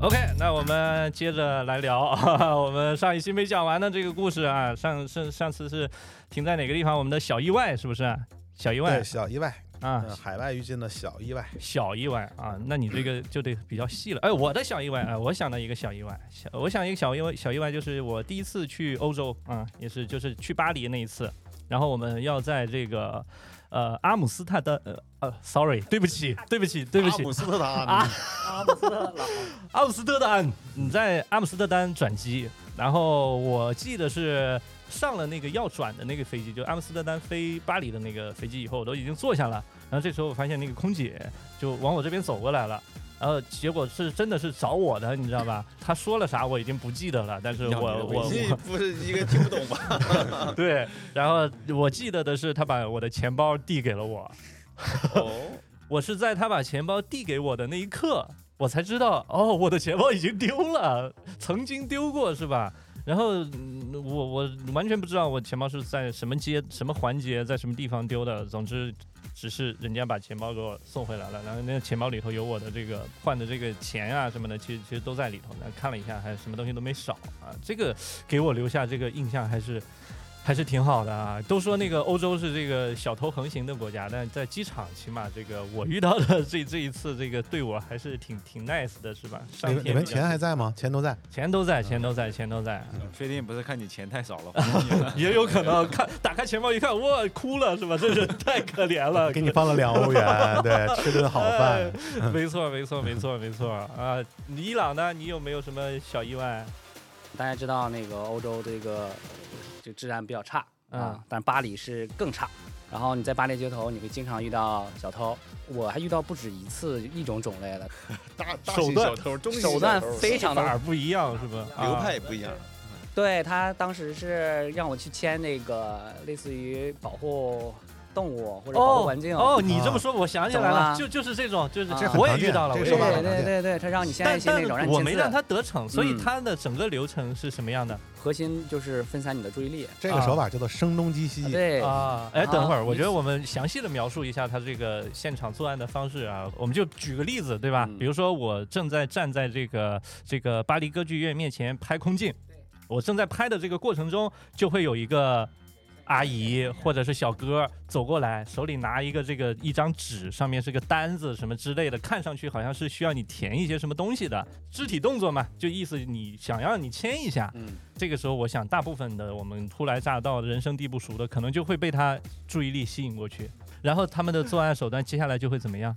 OK，那我们接着来聊 我们上一期没讲完的这个故事啊，上上上次是停在哪个地方？我们的小意外是不是？小意外对，小意外，啊嗯，，海外遇见的小意外，小意外啊，那你这个就得比较细了。哎，我的小意外啊，我想到一个小意外，小我想一个小意外，小意外就是我第一次去欧洲啊，也是就是去巴黎那一次，然后我们要在这个呃阿姆斯特丹呃呃，sorry，对不起，对不起，对不起阿，姆斯特丹啊阿姆斯特朗，阿姆斯特丹，你在阿姆斯特丹转机，然后我记得是上了那个要转的那个飞机，就阿姆斯特丹飞巴黎的那个飞机以后，我都已经坐下了，然后这时候我发现那个空姐就往我这边走过来了。然后结果是真的是找我的，你知道吧？ 她说了啥我已经不记得了，但是我要你我的我你不是应该听不懂吧？对，然后我记得的是她把我的钱包递给了我，哦，我是在他把钱包递给我的那一刻，我才知道哦，我的钱包已经丢了， 曾经丢过是吧？然后嗯我我完全不知道我钱包是在什么阶、什么环节、在什么地方丢的。总之，只是人家把钱包给我送回来了，然后那个钱包里头有我的这个换的这个钱啊什么的，其实其实都在里头。那看了一下，还什么东西都没少啊。这个给我留下这个印象还是还是挺好的啊。都说那个欧洲是这个小偷横行的国家，但在机场起码这个我遇到的这这一次这个对我还是挺挺 nice 的，是吧？上天你们你们比较钱还在吗？钱都在。钱都在，钱都在，钱都在，确定不是看你钱太少 了还你了也有可能看打开钱包一看，哇，哭了是吧？ 这人太可怜了，给你放了两欧 元，对，吃顿好饭。哎没错，没错，没错，没错啊！伊朗呢？你有没有什么小意外？大家知道那个欧洲这个这治安比较差嗯啊，但巴黎是更差。然后你在巴黎街头，你会经常遇到小偷，我还遇到不止一次一种种类的，大大手型段小偷，中型手小段偷非常法的。儿不一样是吧？啊流派也不一样。对他当时是让我去签那个类似于保护动物或者保护环境，哦，你这么说，我想起来懂了，了就就是这种，就是啊我也遇到了，这我也个是对遇到吧了对对对对，他让你签但一些那种，让但你我签没字让他得逞，所以嗯他的整个流程是什么样的核心就是分散你的注意力。这个手法叫做声东击西。对，啊？哎，啊等会儿，我你觉得我们详细的描述一下他这个现场作案的方式啊，我们就举个例子，对吧？嗯比如说我正在站在这个这个巴黎歌剧院面前拍空镜，我正在拍的这个过程中，就会有一个阿姨或者是小哥走过来，手里拿一个这个一张纸，上面是个单子什么之类的，看上去好像是需要你填一些什么东西的肢体动作嘛，就意思你想让你签一下。嗯，这个时候，我想大部分的我们初来乍到、人生地不熟的，可能就会被他注意力吸引过去。然后他们的作案手段接下来就会怎 么样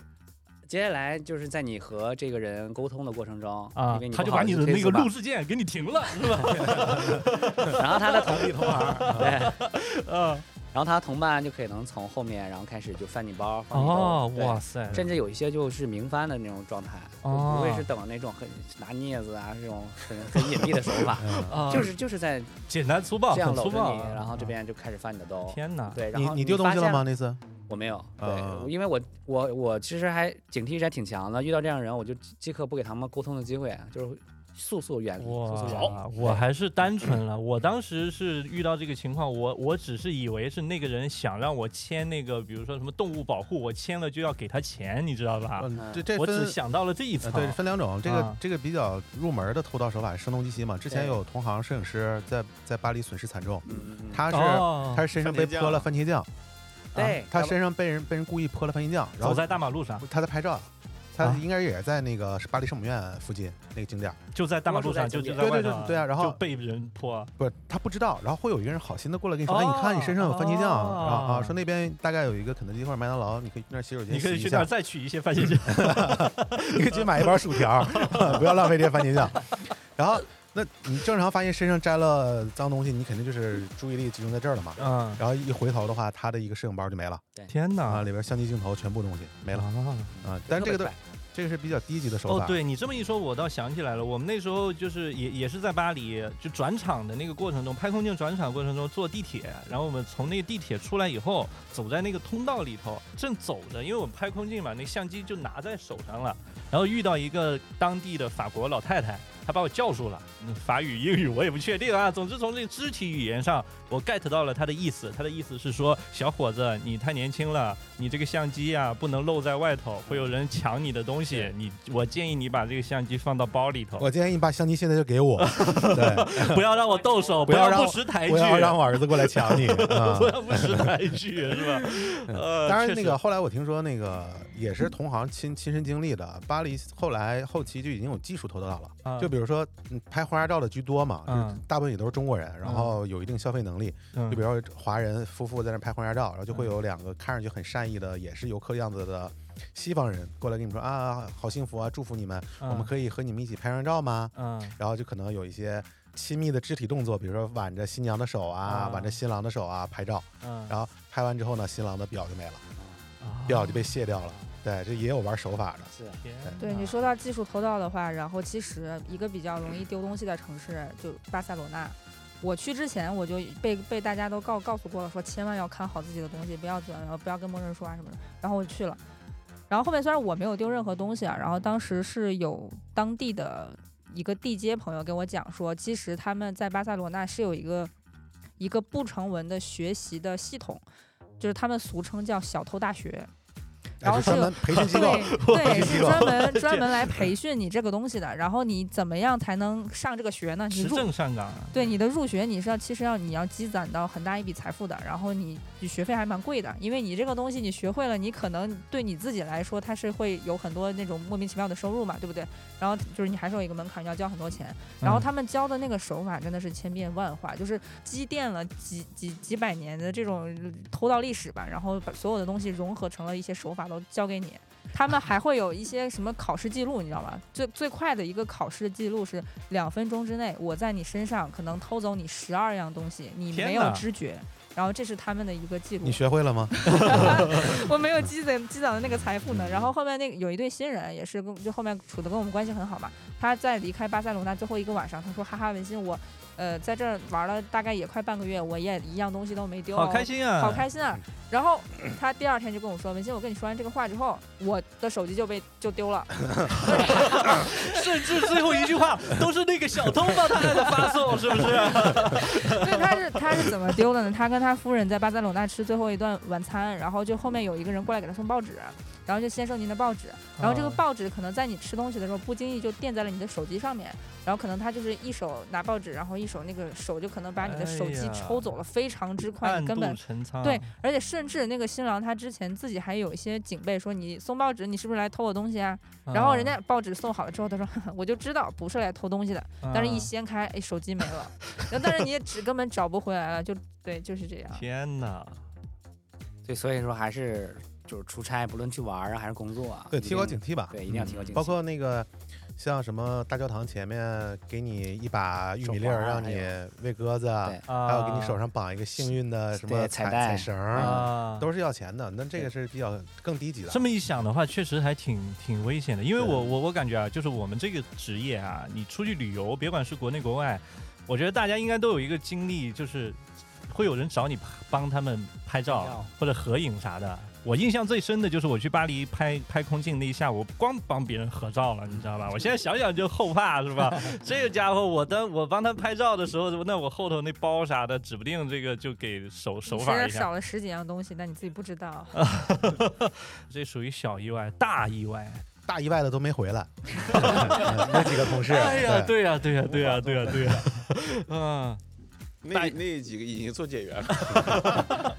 接下来就是在你和这个人沟通的过程中啊因为？他就不好把意你思的推那辞个吧录制键给你停 了，是吧？ 然后他的同同理同行，，对，嗯，然后他同伴就可能从后面，然后开始就翻你包，翻你兜哦，对哇塞，甚至有一些就是明翻的那种状态，就哦不会是等那种很拿镊子啊这种很很隐蔽的手法 啊就是就是在简单粗暴，这样很粗搂暴着你啊。，然后这边就开始翻你的兜。天哪，对，然啊你后你丢东西发了现吗？？那次我没有，啊对，因为我我我其实还警惕还挺强的，遇到这样的人我就即刻不给他们沟通的机会，就是速速远离，速速远离。哇，我还是单纯了。我当时是遇到这个情况，我我只是以为是那个人想让我签那个，比如说什么动物保护，我签了就要给他钱，你知道吧？嗯，这这我只分想到了这一呃层。对分两种，这啊个这个比较入门的偷盗手法是声东击西嘛。之前对有同行摄影师在在巴黎损失惨重，嗯，嗯嗯他是啊哦他是身上被番茄酱泼了番茄酱，啊对，他要不身上被人被人故意泼了番茄酱，然走后在大马路上，他在拍照。他啊应该也是在那个巴黎圣母院附近那个景点儿，就在大马路上，就就在对外对头对对啊然后就被人 泼。啊不是他不知道，然后会有一个人好心的过来跟你说，哦哎，你看你身上有番茄酱，哦然后啊说那边大概有一个肯德基或者麦当劳，你可以去那儿洗手间你可以洗去一那下儿，再取一些番茄 酱。你可以去买一包薯 条， 不要浪费这些番茄酱。然后，那你正常发现身上沾了脏东西，你肯定就是注意力集中在这儿了嘛。嗯，然后一回头的话，他的一个摄影包就没了天哪，啊，里边相机镜头全部东西没了啊啊。但是这个都特别快这个是比较低级的手哦法，，对你这么一说，我倒想起来了。我们那时候就是也也是在巴黎，就转场的那个过程中，拍空镜转场过程中坐地铁，然后我们从那个地铁出来以后，走在那个通道里头，正走着，因为我们拍空镜嘛，那相机就拿在手上了，然后遇到一个当地的法国老太太，他把我叫住了，嗯法语、英语我也不确定啊。总之从这肢体语言上，我 get 到了他的意思。他的意思是说，小伙子，你太年轻了，你这个相机啊不能露在外头，会有人抢你的东西。你，我建议你把这个相机放到包里头，我建议你把相机现在就 给我，对，不要让我动手，不要要让不我识抬举，不要让我儿子过来抢你。啊 不要不识抬举，是 吧？呃，嗯当然，确那实个后来我听说，那个也是同行亲亲身经历的。巴黎后来后期就已经有技术投到了，啊就比如说嗯拍婚纱照的居多嘛，就是嗯大部分也都是中国人，然嗯后有一定消费能力。嗯就比如说华人夫妇在那拍婚纱照，然后就会有两个看上去很善意的，也是游客样子的西方人过来跟你们说啊，好幸福啊，祝福你们，我们可以和你们一起拍张照吗？嗯然后就可能有一些亲密的肢体动作，比如说挽着新娘的手啊，啊挽着新郎的手啊拍照。嗯，然后拍完之后呢，新郎的表就没了，表就被卸掉了。对，这也有玩手法的。是啊天对哪你说到技术投到的话，然后其实一个比较容易丢东西的城市就巴塞罗那。我去之前我就被被大家都告告诉过了，说千万要看好自己的东西，不要怎么不要跟陌生人说啊什么的。然后我去了，然后后面虽然我没有丢任何东西啊，然后当时是有当地的一个地接朋友跟我讲说，其实他们在巴塞罗那是有一个一个不成文的学习的系统，就是他们俗称叫“小偷大学”。然哎后是是专有门 培训机构，对对，机是构专门专门来培训你这个东西的。然后你怎么样才能上这个学呢？持你入证上岗啊，对你的入学，你是要其实要你要积攒到很大一笔财富的。然后你你学费还蛮贵的，因为你这个东西你学会了，你可能对你自己来说它是会有很多那种莫名其妙的收入嘛，对不对？然后就是你还是有一个门槛，你要交很多钱。然后嗯他们教的那个手法真的是千变万化，就是积淀了几几几百年的这种偷盗历史吧，然后把所有的东西融合成了一些手法都教给你。他们还会有一些什么考试记录，你知道吗？最最快的一个考试记录是两分钟之内，我在你身上可能偷走你十二样东西，你天没有哪知觉。然后这是他们的一个记录。你学会了吗？ 我没有积攒积攒的那个财富呢。然后后面那个有一对新人也是跟就后面处的跟我们关系很好嘛，他在离开巴塞罗那最后一个晚上，他说：“哈哈，文心，我呃在这儿玩了大概也快半个月，我也一样东西都没丢，好开、心啊，好开心啊。”然后他第二天就跟我说：“文心，我跟你说完这个话之后，我呃的手机就被就丢了。甚至 最后一句话都是那个小偷帮他的发送，是不是？对，他是他是怎么丢的呢？他跟他夫人在巴塞罗那吃最后一顿晚餐，然后就后面有一个人过来给他送报纸，然后就先生您的报纸， 然后这个啊报纸可能在你吃东西的时候不经意就垫在了你的手机上面，然后可能他就是一手拿报纸，然后一手那个手就可能把你的手哎机呀抽走了，非常之快，暗你根度本。陈仓，对，而且甚至那个新郎他之前自己还有一些警备，说你送报纸，你是不是来偷我东西啊？啊，然后人家报纸送好了之后，他说 我就知道不是来偷东西的，啊，但是一掀开，哎，手机没了，然后但是你也只根本找不回来了，就对，就是这样。天哪，对，所以说还是就是出差，不论去玩儿啊还是工作啊，对，一提高定警惕吧。嗯对，一定要嗯提高警惕。包括那个像什么大教堂前面给你一把玉米粒儿，手环让你喂鸽子，啊对还还有给你手上绑一个幸运的什么对彩彩带彩绳儿，啊，都是要钱的。那这个是比较更低级的这。么一想的话，确实还挺挺危险的，因为对我我我感觉啊，就是我们这个职业啊，你出去旅游，别管是国内国外，我觉得大家应该都有一个经历，就是会有人找你帮他们拍拍照照或者合影啥的。我印象最深的就是我去巴黎拍拍空镜那一下，我光帮别人合照了，你知道吧？我现在想想就后怕，是吧？ 这个家伙，我当我帮他拍照的时候，那我后头那包啥的，指不定这个就给手手你身法上一下。少了十几样东西，但你自己不知道。呃这属于小意外，大意外。大意外的都没回来， 那几个同事，哎呀，对对呀，对呀，对 呀，对呀，对呀，嗯，大那那几个已经做解员了，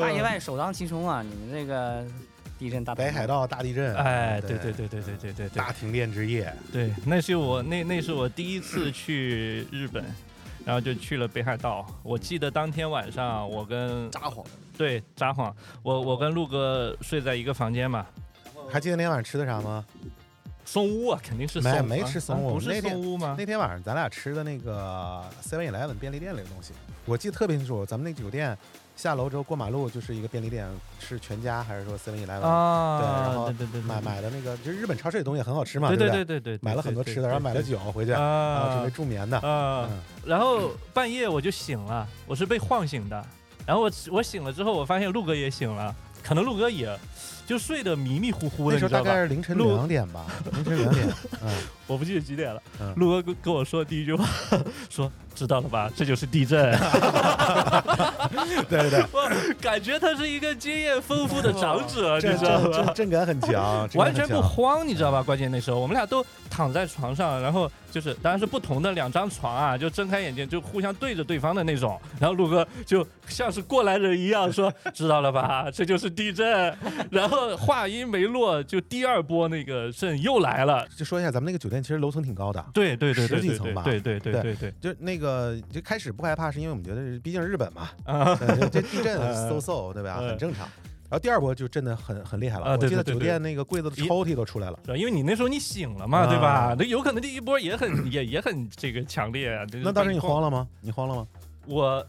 大意外首当其冲啊！你们这个地震大呃北海道道大地震，哎，对对对对对对对对大停电之夜，对，那是我那那是我第一次去日本，然后就去了北海道。我记得当天晚上，我跟撒谎。对札幌，我我跟陆哥睡在一个房间嘛，还记得那天晚上吃的啥吗？松屋啊，肯定是没松屋没啊吃啊松屋不那是天松屋吗？那天晚上咱俩吃的那个 Seven Eleven 便利店里的东西，我记得特别清楚。咱们那酒店下楼之后过马路就是一个便利店，是全家还是说 Seven Eleven 对然啊，后对对对，对买，买的那个，就是日本超市里东西很好吃嘛，对对对不对对对，买了很多吃的，然后买了酒。酒回去，然后准啊备助眠 的。啊嗯，然后半夜我就醒了，我是被晃醒的。然后我我醒了之后，我发现陆哥也醒了，可能陆哥也就睡得迷迷糊糊的，那你时候知大道概吧？是凌晨录两点吧，凌晨 两点，嗯，我不记得几点了嗯。陆哥跟跟我说的第一句话说：“知道了吧，这就是地 震。对对对，”我感觉他是一个经验丰富的长 者，震你知道震吧震？震感很强，震感完很全不强慌，你知道吧？关键那时候我们俩都躺在床上，然后就是当然是不同的两张床啊，就睁开眼睛就互相对着对方的那种。然后陆哥就像是过来人一样说：“知道了吧，这就是地震。”然后话音没落，就第二波那个震又来了。就说一下，咱们那个酒店其实楼层挺高的，对对对对十几对层吧对对对对对对就那个就开始不害怕，是因为我们觉得毕竟是日本嘛， 啊对这这地震呃 so so 对吧，呃很正常。然后第二波就震得很很厉害了，啊我对记得对对酒对店那个柜子的一抽屉都出来了。是吧因为你那时候你醒了嘛，啊对吧？那有可能第一波也很也也很这个强烈啊。那当时你你慌了吗？你慌了吗？我，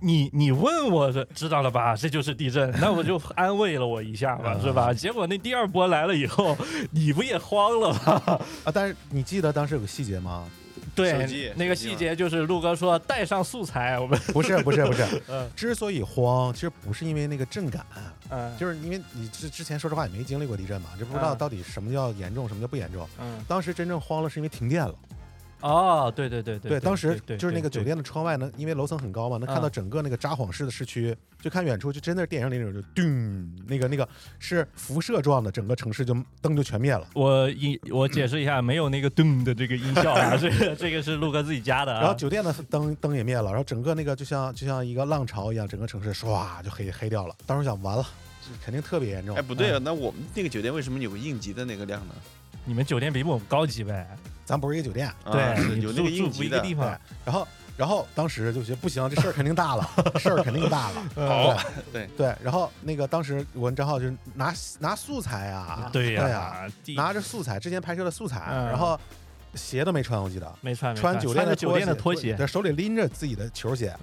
你你问我这知道了吧？ 这就是地震，那我就安慰了我一下吧，嗯是吧？结果那第二波来了以后，你不也慌了吗？啊，但是你记得当时有个细节吗？手 对机，那个手机细嘛节就是陆哥说带上素材，我们不是不是不是， 嗯之所以慌，其实不是因为那个震感，嗯 就是因为你之之前说实话也没经历过地震嘛，就不知道啊到底什么叫严重，什么叫不严重。嗯当时真正慌了是因为停电了，哦，对对对对当时对就是那个对酒店的窗外能，因为楼层很高嘛，能看到啊整个那个札幌市的市区，就看远处就真的是电影里那种就咚，那个那个是辐射状的，整个城市就灯就全灭了。我音我解释一下，没有那个咚的这个音效 啊，这个这个是陆哥自己加的啊。然后酒店的灯灯也灭了，然后整个那个就像就像一个浪潮一样，整个城市唰就黑黑掉了。当时想完了，这肯定特别严重哎，。不对啊，那我们那个酒店为什么有个应急的那个量呢？你们酒店比我们高级呗？咱不是一个酒店，啊对，是你有那住个住应不急一个的地方对，然后然后当时就觉得不行，这事儿肯定 大了，事儿肯定大了。好对对对，然后那个当时我跟张浩就是拿拿素材啊，对呀、哎呀，地拿着素材之前拍摄的素材，嗯然后鞋都没穿，我记得。没穿没穿酒店着的酒店的拖鞋，对，手里拎着自己的 球鞋，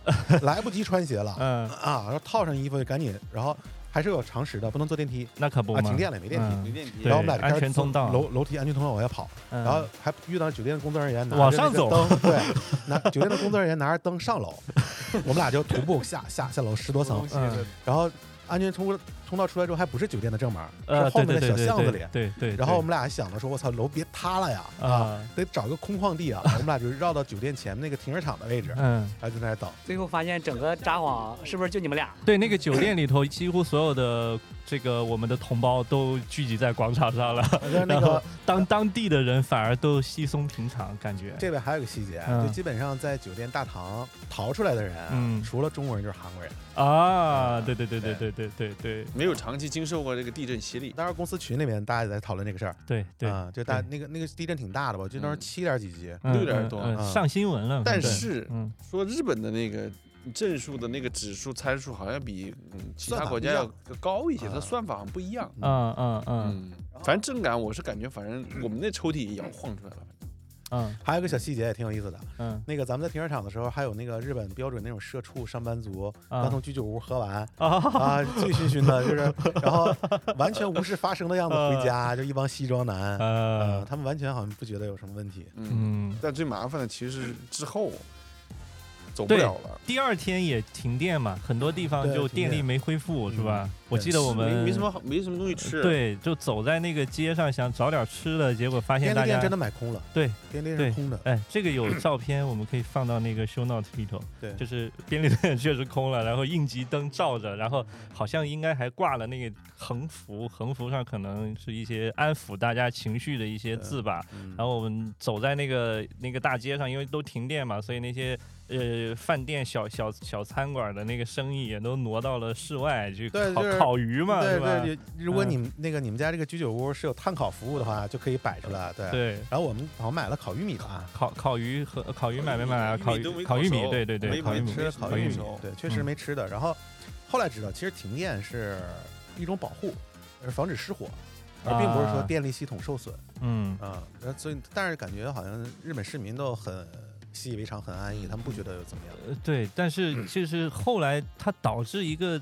来不及穿鞋了嗯，啊！然后套上衣服就赶紧，然后还是有常识的，不能坐电梯那可不啊，嘛，停电了也没电梯。嗯没电梯对然后我们俩就开始安全通道楼楼梯安全通道往下跑，嗯然后还遇到酒店的工作人员拿往着那上个走 灯，对，拿酒店的工作人员拿着灯上楼，我们俩就徒步下下下楼十多层，嗯然后安全通通道出来之后还不是酒店的正门，呃，是对后面对的对小对巷子对里。啊对对对，然后我们俩还想着说，我操，楼别塌了呀，啊，啊，得找个空旷 地啊。我们俩就绕到酒店前面那个停车场的位置，然嗯，后就在那儿等。最后发现整个札幌是不是就你们俩？对，那个酒店里头几乎所有的这个我们的同胞都聚集在广场上了， 就是 那然个后当当地的人反而都稀松平常，感觉这边还有个细节，嗯就基本上在酒店大堂逃出来的人啊，嗯除了中国人就是韩国人。啊，对对对对对对对对对没有长期经受过这个地震洗嗯礼，当时公司群里面大家也在讨论这个事儿，对对，啊，就大对那个那个地震挺大的吧，我记得当时嗯七点几级，嗯六点多嗯嗯啊上新闻了，但对是嗯，说日本的那个震数的那个指数参数好像比嗯其算他法国不家一要样高一些，啊它算法好像不一样。嗯嗯嗯嗯，反正震感我是感觉，反正我们那抽屉也摇晃出来了。嗯还有个小细节也挺有意思的，嗯那个咱们在停车场的时候，还有那个日本标准那种社畜上班族，啊刚从居酒屋喝 完啊，啊，醉醺醺的，就是然后完全无事发生的样子回家，就一帮西装男，呃，呃他们完全好像不觉得有什么问题。嗯，嗯，但最麻烦的其实是之后走不对了了，第二天也停电嘛，很多地方对就停电电力没恢复，是吧嗯？我对记得我是没们没什么好，没什么东西吃。，对，就走在那个街上想找点吃的，结果发现便利大店家真的买空了，对，便利店对是空的，哎，这个有照片，我们可以放到那个 show note 里头。对就是便利店确实空了，然后应急灯照着，然后好像应该还挂了那个横幅，横幅上可能是一些安抚大家情绪的一些字吧。嗯然后我们走在那个那个大街上，因为都停电嘛，所以那些呃饭店、小小小餐馆的那个生意也都挪到了室外去烤对就是烤鱼嘛，对是吧？对，如果嗯你们那个你们家这个居酒屋是有碳烤服务的话，就可以摆出来，对。对然后我们好像买了啊烤玉米吧，烤烤鱼和烤鱼买没买啊？烤烤鱼都没烤玉米，烤熟对对没对，没烤玉米吃烤烤玉玉米米，对，确实嗯没吃的。然后后来知道，其实停电是一种保护，是防止失火，而并不是说啊电力系统受损嗯，啊。然后所以，但是感觉好像日本市民都很习以为常，很安逸，他们不觉得怎么样。呃对。但是就是后来它导致一个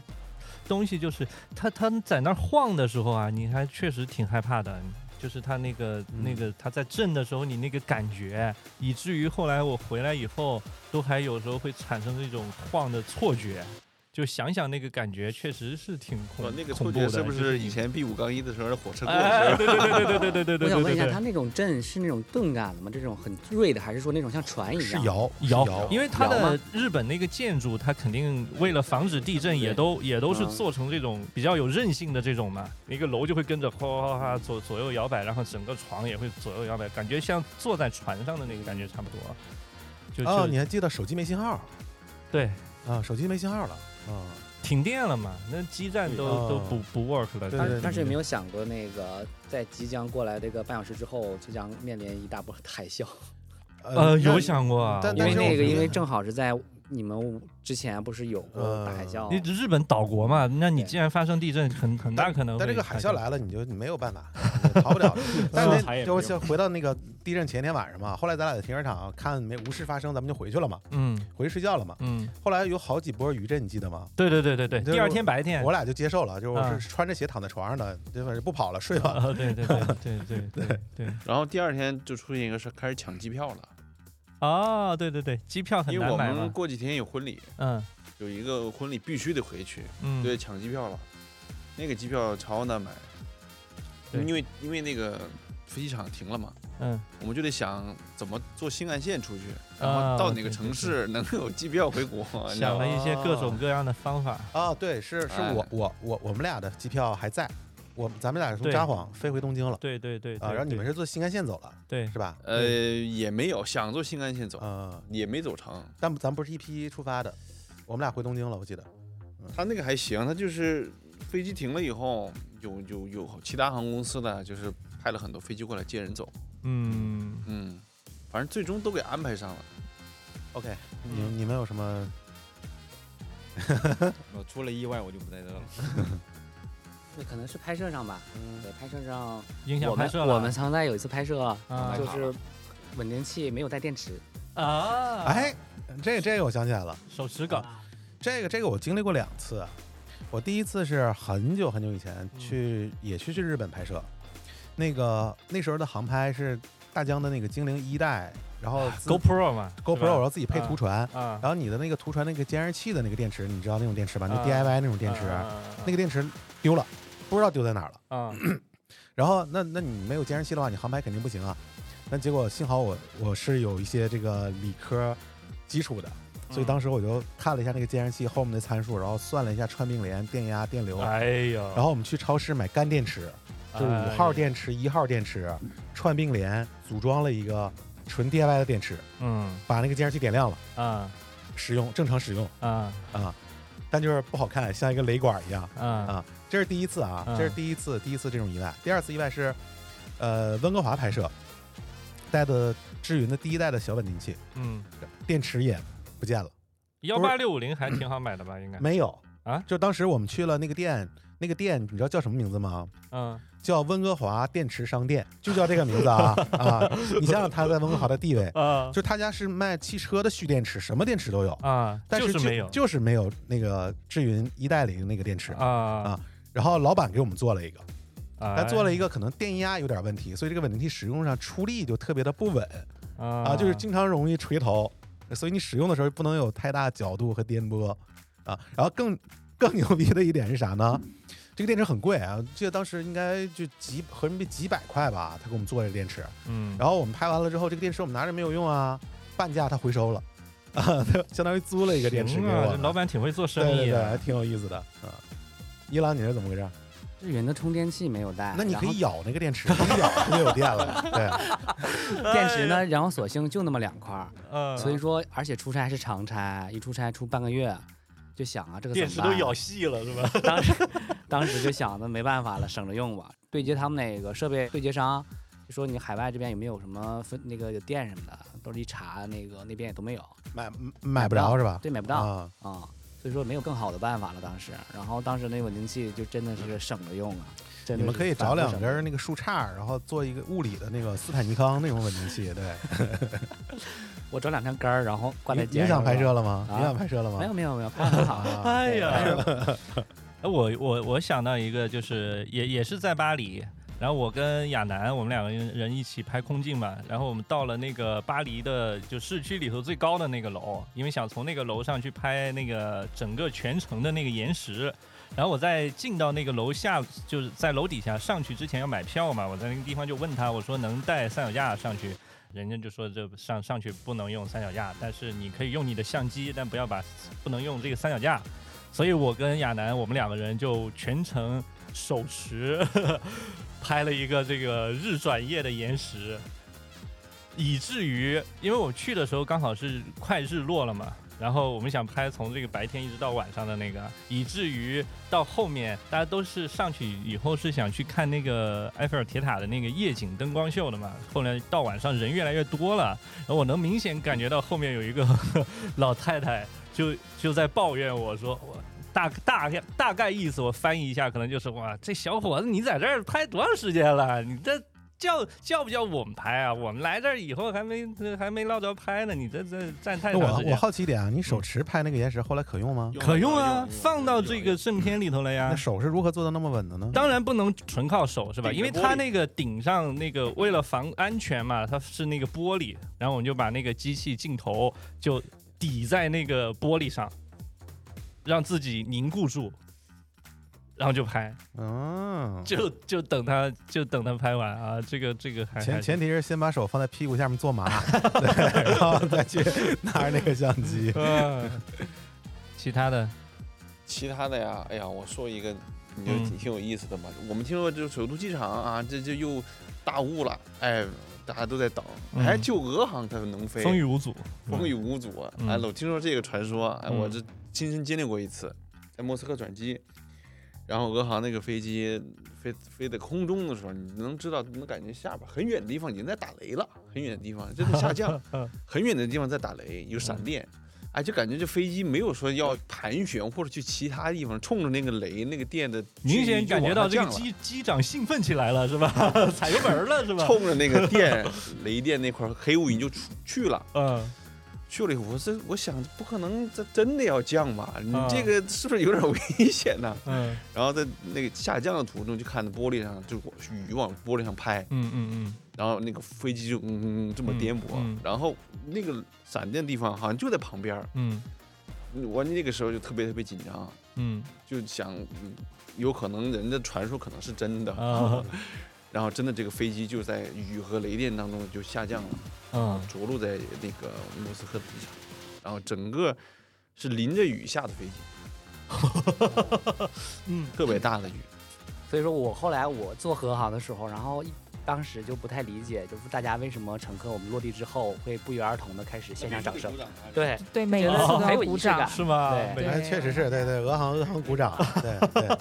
东西，就是它它在那儿晃的时候啊，你还确实挺害怕的。就是它那个嗯那个它在震的时候，你那个感觉，以至于后来我回来以后，都还有时候会产生这种晃的错觉。就想想那个感觉，确实是挺恐、哇，那个恐错怖觉的。是不就是是以你前 B 五杠一的时候火车过的时哎，候？对对对对对对对对我想对问一下，它对那种震是那种钝感的吗？这种很锐的，还是说那种像船一是样？摇对，摇摇，因为它摇的吗日本那个建筑，它肯定为了防止地震，也对都也都是嗯做成这种比较有韧性的这种嘛，一个楼就会跟着哗哗哗哗左左右摇摆，然后整个床也会左右摇摆，感觉像坐在船上的那个感觉差不多。就哦，就你还记得手机没信号对，啊？手机没信号了啊？停电了嘛，那基站都、哦都不不 work 了。对当对当时有对没有想过，那个在即将过来这个半小时之后，即将面临一大波海啸？呃，那有想过啊，但因但为是那我个，觉因为得正好是在你们之前不是有过大海嗯啸？你日本岛国嘛，那你对既然发生地震，很很大可能会但这个海啸来了，你就你没有办 法，你逃不了。但说是啥也没那就用就回到那个地震前天晚上嘛，后来咱俩在停车场看没无事发生，咱们就回去了嘛，嗯回去睡觉了嘛。嗯，后来有好几波余震，你记得吗？对对对对对，就是第二天白天我，俩就接受了，就是我啊是穿着鞋躺在床上的，就反正不跑了，睡吧。啊对对对对对 对对，然后第二天就出现一个事儿，开始抢机票了，哦，对对对，机票很因为难我买们嘛，过几天有婚礼，嗯有一个婚礼必须得回去，嗯，对，抢机票了，那个机票超难买，对因为因为那个飞机场停了嘛，嗯我们就得想怎么坐新干线出去，然啊后到哪对个对城对市能有机票回 国，你知想道吗了一些各种各样的方法，啊，对，是是哎我我我我们俩的机票还在，我咱们俩从对札幌飞回东京了对对对，啊，然后你们是是坐新干线走了对是吧？呃，也没有想坐新干线走，嗯，也没走成。但咱不是一批出发的，我们俩回东京了，我记得。他那个还行，他就是飞机停了以后，有有有其他航空公司的，就是派了很多飞机过来接人走。嗯，嗯，反正最终都给安排上了。 OK，你嗯们你们有什么？我出了意外我就不在这了。那可能是拍摄上吧。对，拍摄上影响嗯我拍们摄了，我们曾在有一次拍摄，啊就是稳定器没有带电池，啊，哎，这这个我想起来了。手持稿，这个这个我经历过两次，我第一次是很久很久以前嗯去，也去去日本拍摄，那个那时候的航拍是大疆的那个精灵一代，然后啊自 GoPro 嘛 GoPro，然后自己配图传，啊，然后你的那个图传那个监视器的那个电池，你知道那种电池吧？就啊 DIY 那种电池，那个电池丢了，不知道丢在哪儿了。啊然后那那你没有监视器的话，你航拍肯定不行啊。那结果幸好我我是有一些这个理科基础的，所嗯以当时我就看了一下那个监视器后面的参数，然后算了一下串并联、电压、电流。哎呦，哎然后我们去超市买干电池，就是五号电池、一号电池，串并联组装了一个纯 DIY 的电池，嗯把那个监视器点亮了，啊使用正常使用啊啊，但就是不好看，像一个雷管一样。啊这是第一次啊，嗯这是第一次，第一次这种意外。第二次意外是，呃，温哥华拍摄，带的智云的第一代的小稳定器，嗯，电池也不见了，幺八六五零还挺好买的吧？应该，没有啊。就当时我们去了那个店，那个店你知道叫什么名字吗？嗯，叫温哥华电池商店，就叫这个名 字啊啊！你想想他在温哥华的地位，啊就他家是卖汽车的蓄电池，什么电池都有，啊，但就是没有就是没有那个智云一代里的那个电池。啊然后老板给我们做了一个。啊他做了一个可能电压有点问题，所以这个稳定器使用上出力就特别的不稳啊，就是经常容易垂头，所以你使用的时候不能有太大角度和颠簸啊。然后更更牛逼的一点是啥呢？这个电池很贵啊，记得当时应该就几合人民币几百块吧，他给我们做这个电池。嗯，然后我们拍完了之后，这个电池我们拿着没有用啊，半价他回收了 啊，他相当于租了一个电池给行啊我这们。老板挺会做对生对意对，啊还，挺有意思的啊。伊朗，你是怎么回事？日元的充电器没有带。那你哎然可后以咬那个电池，一咬它就有电了。对， 电池哎呢？然后索性就那么两块儿，嗯，所以说，而且出差还是长差，一出差出半个月，就想啊，这个怎电么池都办咬细了是吧？当时当时就想着没办法了，省着用吧。 对接他们那个设备对接商，就说你海外这边有没有什么分那个有店什么的，都是一查那个那边也都没有，买买不着是吧？对，买不到啊、啊，所以说没有更好的办法了。当时，然后当时那稳定器就真的是省着用啊。真的你们是可以反找复两省根着儿用那个树杈儿，然后做一个物理的那个斯坦尼康那种稳定器。对，我找两条杆儿，然后挂在你肩你上想拍摄了？了吗？啊你想拍摄了没有吗？没有没有，拍得很好。 啊，哎对呀，哎我我我想到一个，就是也也是在巴黎，然后我跟亚楠，我们两个人一起拍空镜嘛，然后我们到了那个巴黎的就市区里头最高的那个楼，因为想从那个楼上去拍那个整个全程的那个岩石。然后我在进到那个楼下，就是在楼底下上去之前要买票嘛，我在那个地方就问他，我说能带三脚架上去，人家就说这上上去不能用三脚架，但是你可以用你的相机，但不要把不能用这个三脚架。所以我跟亚楠，我们两个人就全程手持 拍了一个这个日转夜的延时，以至于因为我去的时候刚好是快日落了嘛，然后我们想拍从这个白天一直到晚上的那个，以至于到后面大家都是上去以后是想去看那个埃菲尔铁塔的那个夜景灯光秀的嘛。后来到晚上人越来越多了，然后我能明显感觉到后面有一个 老太太就就在抱怨我说我。大大概大概意思，我翻译一下，可能就是哇，这小伙子你在这儿拍多长时间了？你这叫叫不叫我们拍啊？我们来这儿以后还没还没落着拍呢，你这这站太长那我时间我。好奇一点啊，你嗯手持拍那个岩石后来可用吗？可用啊，放到这个个正片里头了呀那。手是如何做到那么稳的呢？啊当然不能纯靠手是吧？顶因着为它那个顶上那个为了防安全嘛，它是那个玻璃，然后我们就把那个机器镜头就抵在那个玻璃上，让自己凝固住，然后就拍，嗯， 就就等它就等它拍完啊。这个这个还 前还前提是先把手放在屁股下面做麻， 对，然后再去拿着那个相机。嗯， 其他的其他的呀，哎呀，我说一个，你就嗯挺挺有意思的嘛。我们听说这首都机场啊，这这又大雾了，哎，大家都在等，嗯哎，就俄航它能飞，风雨无阻，风雨无阻。嗯哎，我听说这个传说，哎，嗯我这亲身经历过一次，在莫斯科转机，然后俄航那个飞机飞飞在空中的时候，你能知道，能感觉下边很远的地方已经在打雷了，很远的地方真的 下降，很远的地方在打雷，有闪电。哎，就感觉这飞机没有说要盘旋或者去其他地方，冲着那个雷、那个电的距离明显感觉到就这往个下降了机机长兴奋起来了是吧？ 踩油门了是吧？冲着那个电、雷电那块黑雾已经就出去了。嗯。去了以后，我是我想不可能这真的要降吧？你啊这个是不是有点危险呢、嗯 然后在那个下降的途中，就看着玻璃上就往雨往玻璃上拍，嗯嗯然后那个飞机就嗯嗯嗯这么颠簸，嗯嗯然后那个闪电地方好像就在旁边儿，嗯我那个时候就特别特别紧张，嗯就想嗯有可能人的传说可能是真的，啊 然后真的这个飞机就在雨和雷电当中就下降了。嗯着陆在那个莫斯科的机场，然后整个是淋着雨下的 飞机，嗯特别大的雨。所以说我后来我做和航的时候，然后一当时就不太理解，就是大家为什么乘客我们落地之后会不约而同的开始现场掌嗯声。对，对，每一次觉得都很要有鼓仪式掌感。是吗？对没对哎，确实是对对，俄航俄航鼓掌，啊对对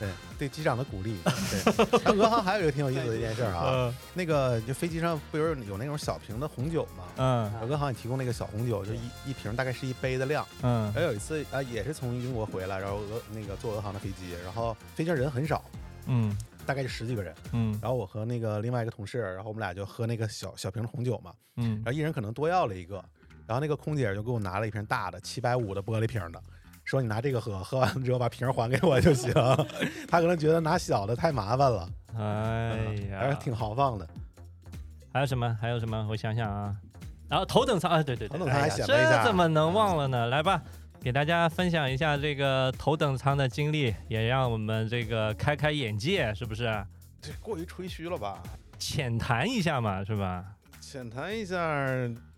对对机长的鼓励。 对，那俄航还有一个挺有意思的一件事儿啊， 呃那个就飞机上不是有那种小瓶的红酒吗？啊嗯俄航也提供那个小红酒，就一一瓶大概是一杯的量。嗯然后有一次啊，也是从英国回来，然后俄那个坐俄航的飞机，然后飞机上人很少，嗯大概就十几个人。嗯然后我和那个另外一个同事，然后我们俩就喝那个小小瓶的红酒嘛， 嗯然后一人可能多要了一个，然后那个空姐就给我拿了一瓶大的七百五的玻璃瓶的，说你拿这个喝，喝完了之后把瓶儿还给我就行。 她可能觉得拿小的太麻烦了，哎嗯还呀是，挺豪放的。还有什么？还有什么？我想想啊，然后头等舱啊，对对对，头等舱还哎呀显摆一下这怎么能忘了呢？来吧。给大家分享一下这个头等舱的经历，也让我们这个开开眼界，是不是？这过于吹嘘了吧？浅谈一下嘛，是吧？浅谈一下，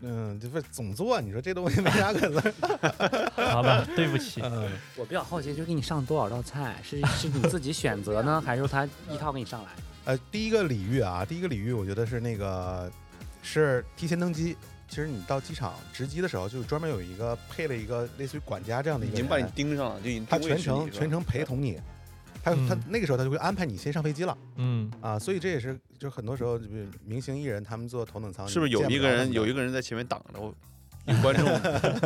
嗯，这不是总座，你说这东西没啥可 能。好吧，对不起，嗯，我比较好奇，就是给你上多少道菜，是是你自己选择呢，还是说他一套给你上来？呃，第一个礼遇啊，第一个礼遇，我觉得是那个是提前登机。其实你到机场值机的时候，就专门有一个配了一个类似于管家这样的一已个人，经把你盯上了，就已经他定全位是程你全程陪。是吧同你，他嗯他那个时候他就会安排你先上飞机了嗯啊，所以这也是就很多时候就比如明星艺人他们坐头等舱是不是有一个人有一个个人在前面挡着我？有观众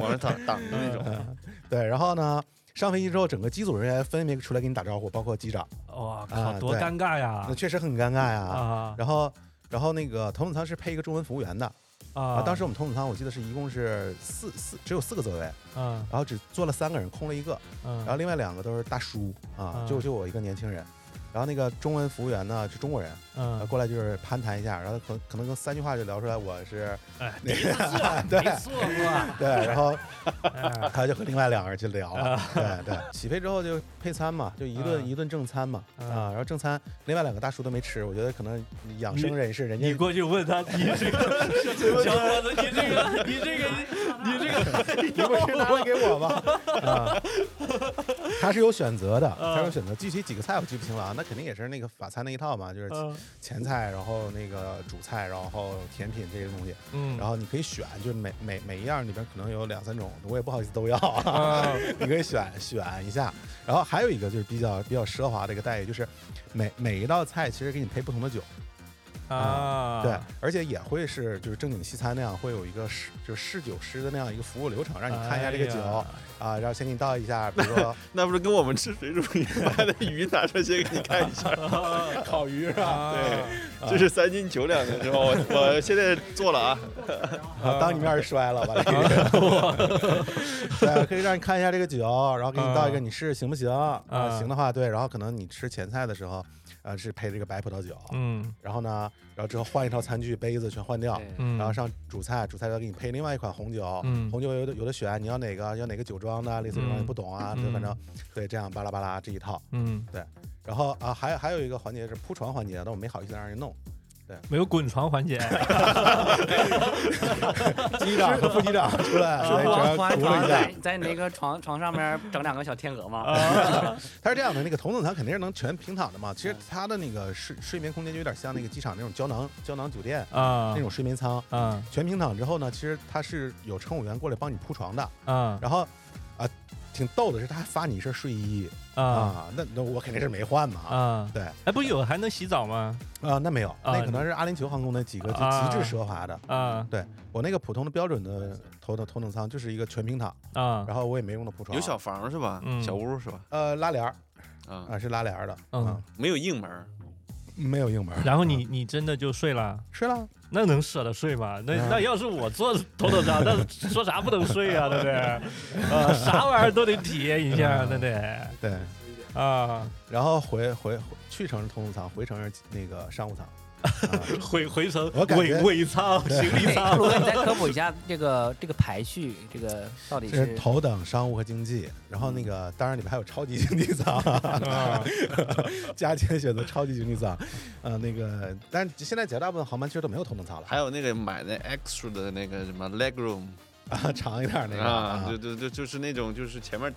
往上挡挡着那嗯种， 对，然后呢上飞机之后，整个机组人员分别出来给你打招呼，包括机长，哇啊靠，多对尴尬呀那！确实很尴尬呀。啊然后然后那个头等舱是配一个中文服务员的啊，啊！当时我们头等舱我记得是一共是四四只有四个座位，嗯然后只坐了三个人，空了一个，嗯，然后另外两个都是大叔啊，嗯就就我一个年轻人。然后那个中文服务员呢是中国人，呃嗯，过来就是攀谈一下，然后他可可能跟三句话就聊出来我是哎，那个没错过，对，然后哎他就和另外两个人去聊了，对对。起飞之后就配餐嘛，就一顿啊嗯一顿正餐嘛，嗯啊，然后正餐另外两个大叔都没吃，我觉得可能养生人士人你家过去问他，你这个小伙子，你这个，你这个，你这个，你不是拿来给 我吗？啊，他是有选择的，嗯他是有选择。具体几个菜我记不清了啊，那肯定也是那个法餐那一套嘛，就是嗯前菜，然后那个主菜，然后甜品这些东西，嗯然后你可以选，就是每每每一样里边可能有两三种，我也不好意思都要，啊 你可以选选一下。然后还有一个就是比较比较奢华的一个待遇，就是每每一道菜其实给你配不同的酒，啊，对，而且也会是就是正经西餐那样，会有一个试就是试酒师的那样一个服务流程，让你看一下这个酒、哎呀啊，然后先给你倒一下，比如说 那不是跟我们吃水煮鱼把的鱼拿出来先给你看一下？ 烤鱼啊，啊，对这是三斤九两的是吧？我我现在做了啊，啊当你面摔了，把这 个， 对，啊可以让你看一下这个酒，然后给你倒一个，嗯你试行不行啊？嗯行的话，对，然后可能你吃前菜的时候，呃，是配这个白葡萄酒，嗯然后呢，然后之后换一套餐具、杯子全换掉，对嗯，然后上主菜，主菜再给你配另外一款红酒，嗯红酒有的有的选，你要哪个，要哪个酒庄的，类似这种嗯你不懂啊，嗯就反正对这样巴拉巴拉这一套。嗯，然后啊，还有还有一个环节是铺床环节，但我没好意思让人弄，没有滚床环节，机长和副机长出来出来主要床哎读了床一下在。在那个床床上面整两个小天鹅嘛，啊它是这样的，那个头等舱肯定是能全平躺的嘛，其实它的那个睡睡眠空间就有点像那个机场那种胶囊胶囊酒店啊，那种睡眠舱，啊全平躺之后呢，其实它是有乘务员过来帮你铺床的，啊然后。啊，挺逗的是，他还发你一身睡衣啊啊，那那我肯定是没换嘛啊，对哎，不是有还能洗澡吗？啊，那没有，啊那可能是阿联酋航空的几个就极致奢华的。啊我那个普通的标准的头等头等舱就是一个全平躺，啊，然后我也没用到铺床，有小房是吧嗯？小屋是吧？呃拉帘儿啊，啊，是拉帘儿的，嗯啊，没有硬门儿，没有硬门儿。嗯然后你你真的就睡了。是啦，那能舍得睡吗？那嗯那要是我坐头等舱，那说啥不能睡啊，对不对？啊，啥玩意儿都得体验一下，对不对？对，啊，然后回回回去程是头等舱，回程是那个商务 舱。啊回回程我感尾觉尾舱、行李哎舱陆哥，你再科普一下这个这个排序，这个到底这是是头等商务和经济，然后那个当然里面还有超级经济舱，啊，加钱选择超级经济舱，呃，那个，但是现在绝大部分航班其实都没有头等舱了，还有那个买的 extra 的那个什么 leg room 啊长一点儿那个啊，对对对，就是那种就是前面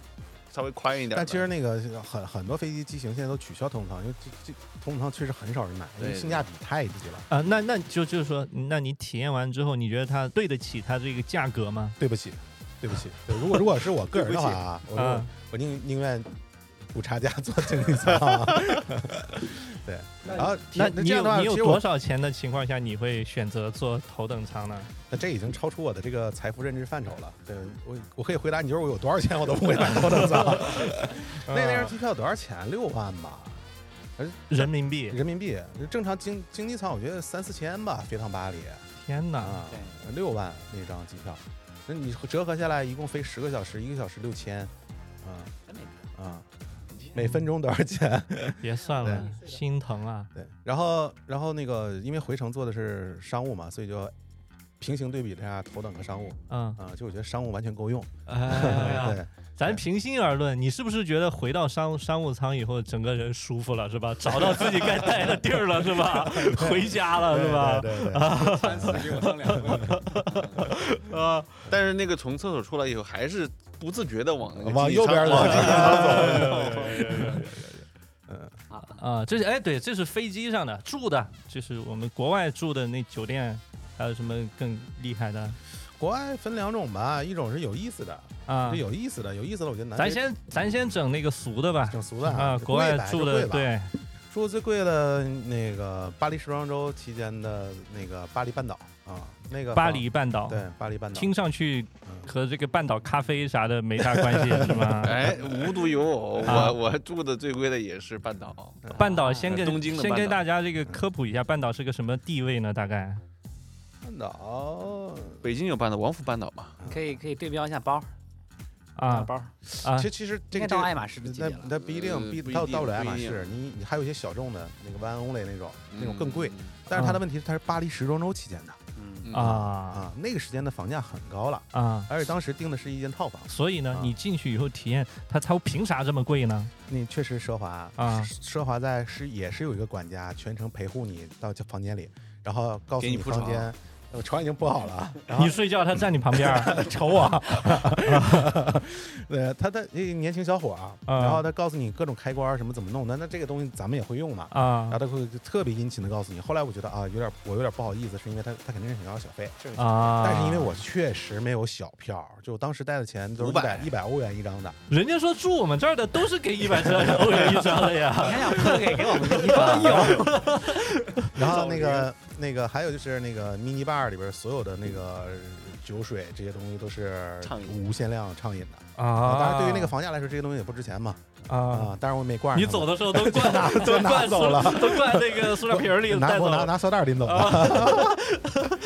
稍微宽一点的。但其实那个很很多飞机机型现在都取消头等舱，因为这这头等舱确实很少人买，因为对性价比太低了。啊，那那就就是说，那你体验完之后，你觉得它对得起它这个价格吗？对不 起，对不起，对如果如果是我个人的话啊，我啊我宁宁愿补差价做经济舱啊。 对，然后那那你这样的有话，你其有实多我少钱的情况下，你会选择坐头等舱呢？那这已经超出我的这个财富认知范畴了。对我我可以回答你，就是我有多少钱我都不会买头等舱。 那那嗯张机票多少钱？六万吧，啊人民币，人民币。正常经经济舱我觉得三四千吧，飞趟巴黎。天哪！啊，六万那张机票，那你折合下来一共飞十个小时，一个小时六千，啊啊，每分钟多少钱？ 别算了，心疼啊！对，然后然后那个因为回程坐的是商务嘛，所以就平行对比了一下头等和商务嗯，啊，就我觉得商务完全够用，哎呀，对，咱平心而论，你是不是觉得回到商商务舱以后，整个人舒服了是吧？找到自己该待的地儿了是 吧？回家了是吧？对对对，三次给我上两个，啊，但是那个从厕所出来以后，还是不自觉的往那个往经济右边舱走往经经济济舱走。啊啊，这是哎，对，这是飞机上的住的，就是我们国外住的那酒店，还有什么更厉害的国外分两种吧，一种是有意思的，啊就？有意思的，有意思的，我觉得难。咱先咱先整那个俗的吧，整俗的啊，国外住的，对，住最贵的那个巴黎时装周期间的那个巴黎半岛啊，那个巴房黎半岛，对巴黎半岛，听上去嗯和这个半岛咖啡啥的没大关系是吧？ 哎，无独有偶，啊我我住的最贵的也是半岛，嗯半岛先跟呃东京的先半跟岛大家这个科普一下，半岛是个什么地位呢？大概半岛啊北京有半岛，王府半岛嘛。可以可以对标一下包，啊包，啊其实其实这个应该这到个爱马仕的季节那了。那不一定，嗯必不一到定到不了爱不一马定仕，你你还有一些小众的那个 One Only 那种，那种更贵嗯。但是它的问题是它是巴黎时装周期间的嗯嗯啊啊，那个时间的房价很高了，啊！而且当时订的是一间套房，所以呢啊，你进去以后体验，它它凭啥这么贵呢？那确实奢华啊奢华在是也是有一个管家全程陪护你到房间里，然后告诉给你铺房床啊间，我床已经铺好了啊，然后你睡觉，它站你旁边 儿瞅我啊呃，他的一年轻小伙儿啊，啊然后他告诉你各种开关儿什么怎么弄，那那这个东西咱们也会用嘛，啊然后他会特别殷勤的告诉你。后来我觉得啊，有点我有点不好意思，是因为他他肯定是想要小费，啊！但是因为我确实没有小票儿，就当时带的钱都是一百一百欧元一张的，人家说住我们这儿的都是给一百欧元一张的呀，你看小克给给我们的一 般有，然后那个那个还有就是那个 mini bar 里边儿所有的那个酒水这些东西都是畅饮无限量畅饮的。 啊当然对于那个房价来说，这些东西也不值钱嘛。啊。啊，当然我也没惯着你他走们的时候 都灌都拿灌走塑了，都灌那个塑料瓶儿里 拿带走啊我拿了。拿塑料拎走的。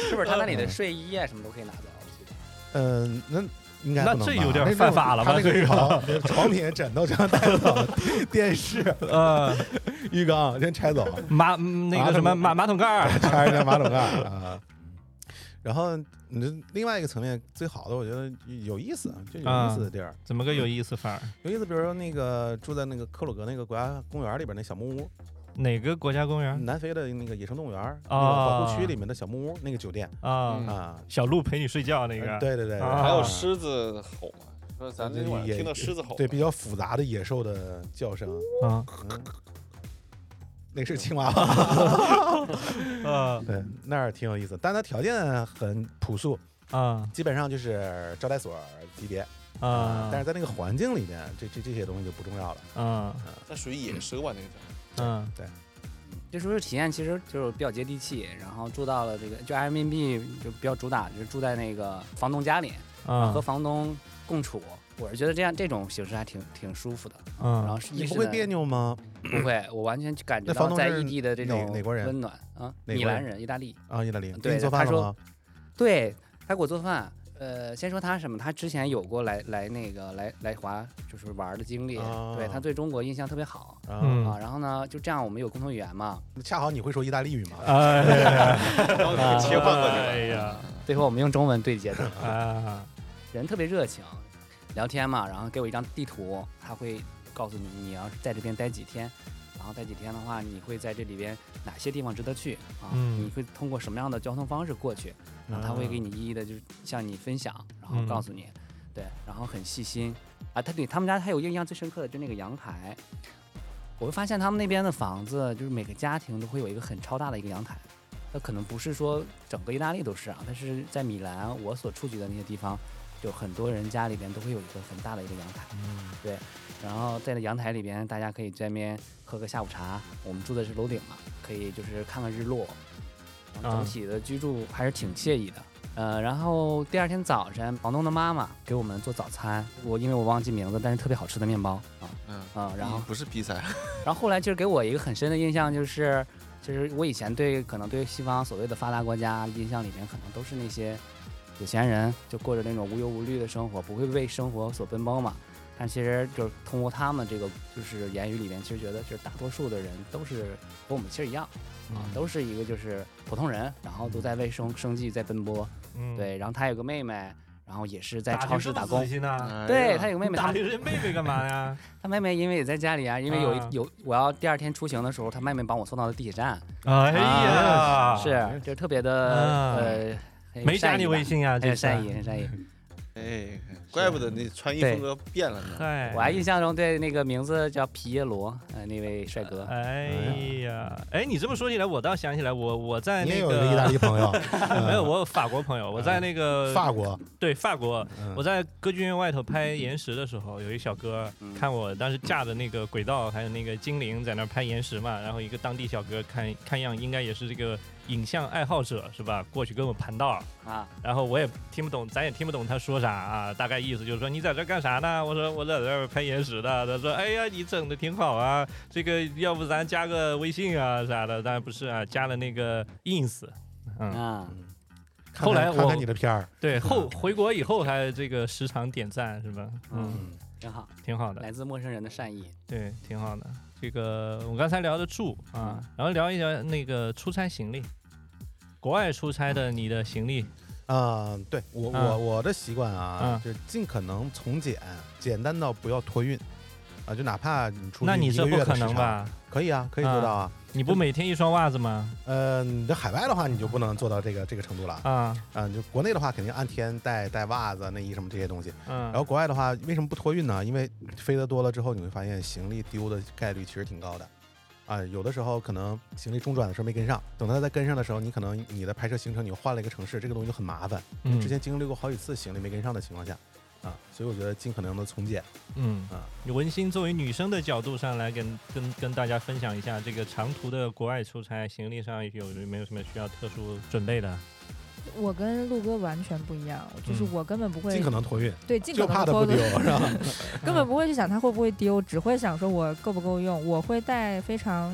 是不是？他那里的睡衣啊什么都可以拿走，我记得。嗯，那应该那不能这吧有点那那犯种法了吧他那这个个床床品、枕头全带走了，电视、呃，浴缸先拆走，马嗯那马个什么桶马马桶盖儿拆人家马桶盖儿啊。然后你这另外一个层面最好的，我觉得有意思，啊就有意思的地儿，怎么个有意思法儿？有意思。比如说那个住在那个科鲁格那个国家公园里边那小木屋，哪个国家公园南非的那个野生动物园儿那个啊保护区里面的小木屋那个酒店啊嗯？啊，小鹿陪你睡觉那个呃对对对对，啊还有狮子吼嘛，说咱那晚也上听到狮子吼，对比较复杂的野兽的叫声， 啊嗯那是青蛙吧？呃对，那儿挺有意思，但它条件很朴素，啊基本上就是招待所级别啊！但是在那个环境里面，这这这些东西就不重要了。嗯它属于野奢吧那个叫。嗯这住宿体验其实就是比较接地气，然后住到了这个就 Airbnb 就比较主打就是住在那个房东家里，和嗯房东共处。我是觉得这样这种形式还挺挺舒服的，然嗯后是你一不是会呢别扭吗？不会，我完全感觉那房到东在是异地的这哪种哪国人温暖啊，哪米国兰人人，意大利。啊，意大利给对你做饭他了说吗？对他给我做饭，呃，先说他什么，他之前有过来来那个来来华就是玩儿的经历，啊对他对中国印象特别好、嗯啊，啊。然后呢，就这样我们有共同语言嘛，恰好你会说意大利语吗？哎然后就切换过去了。哎呀最后我们用中文对接的，啊人特别热情，聊天嘛，然后给我一张地图，他会告诉你你要是在这边待几天。然后待几天的话，你会在这里边哪些地方值得去啊？嗯你会通过什么样的交通方式过去？然啊后他会给你一一的，就是向你分享，然后嗯告诉你，对，然后很细心啊。他对他们家还有印象最深刻的，就那个阳台，我会发现他们那边的房子，就是每个家庭都会有一个很超大的一个阳台。那可能不是说整个意大利都是啊，但是在米兰我所触及的那些地方，就很多人家里边都会有一个很大的一个阳台。嗯然后在那阳台里边，大家可以在那边喝个下午茶。我们住的是楼顶嘛，可以就是看看日落，然啊后整体的居住还是挺惬意的。呃，然后第二天早晨，房东的妈妈给我们做早餐，我因为我忘记名字，但是特别好吃的面包啊嗯，啊、然后嗯不是披萨，然后后来就是给我一个很深的印象，就是就是我以前对可能对西方所谓的发达国家印象里面，可能都是那些有钱人就过着那种无忧无虑的生活，不会为生活所奔波嘛。但其实就是通过他们这个就是言语里面，其实觉得就是大多数的人都是和我们其实一样啊，嗯嗯都是一个就是普通人，然后都在为生生计在奔波。嗯，对，然后他有个妹妹，然后也是在打超市打工。哎呢？对他有个妹妹，他打们听人啊妹妹干嘛 呀？他妹妹因为也在家里啊，因为有一、啊有我要第二天出行的时候，他妹妹帮我送到了地铁站，哎呀，啊是就特别的、啊呃，很有没加善意你吧微，信啊？很这嗯有是善意，很善意。哎，怪不得那穿衣对风格变了呢。嗨，我还印象中对那个名字叫皮耶罗，呃，那位帅哥，哎呀，哎，你这么说起来，我倒想起来，我我在你那也有个一 个意大利朋友，嗯没有，我有法国朋友，我在那个法国，对法国，嗯我在歌剧院外头拍《岩石》的时候，有一小哥嗯看我当时架着那个轨道，还有那个精灵在那儿拍岩石嘛，然后一个当地小哥看看样应该也是这个影像爱好者是吧？过去跟我盘道，啊，然后我也听不懂，咱也听不懂他说啥啊，大概意思就是说你在这儿干啥呢？我说我在这儿拍岩石的。他说哎呀，你整的挺好啊，这个要不咱加个微信啊啥的？当然不是啊，加了那个 ins，嗯，啊，看后来看看我看你的片儿，对后回国以后还这个时常点赞是吧？嗯，真好，挺好的，来自陌生人的善意。对，挺好的。这个我刚才聊的住啊，然后聊一聊那个出差行李，国外出差的你的行李，啊、对我我嗯我的习惯啊嗯，就是尽可能从简，简单到不要托运，啊，就哪怕你出去那你一这个不月的可时能长？吧？嗯可以啊，可以做到啊。你不每天一双袜子吗？呃，你在海外的话，你就不能做到这个这个程 度了啊、啊，就国内的话，肯定按天带带袜子、内衣什么这些东西。然后嗯，国外的话，为什么不托运呢？因为飞得多了之后，你会发现行李丢的概率其实挺高的。啊、有的时候可能行李中转的时候没跟上，等它再跟上的时候，你可能你的拍摄行程你又换了一个城市，这个东西就很麻烦。嗯之前经历过好几次行李没跟上的情况下，啊，所以我觉得尽可能的从简。嗯啊，文心作为女生的角度上来跟跟跟大家分享一下，这个长途的国外出差，行李上有没有什么需要特殊准备的？我跟陆哥完全不一样，就是嗯我根本不会尽可能托运，对尽就可怕能它拖不的丢，嗯是吧？ 根本不会去想它会不会丢，只会想说我够不够用。我会带非常，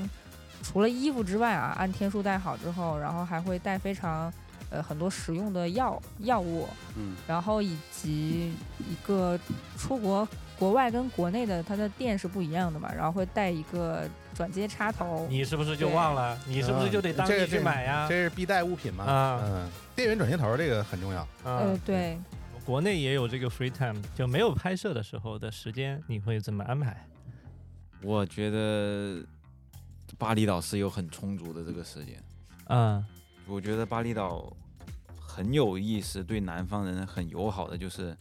除了衣服之外啊，按天数带好之后，然后还会带非常，呃，很多实用的药药物，嗯，然后以及一个出国国外跟国内的它的电是不一样的嘛，然后会带一个转接插头。你是不是就对忘了？你是不是就得当地这个去买呀这？是必带物品嘛？啊嗯，电源转接头这个很重要。呃啊，，对，国内也有这个 free time，就没有拍摄的时候的时间，你会怎么安排？我觉得巴厘岛是有很充足的这个时间。嗯我觉得巴厘岛很有意思，对南方人很友好的就是，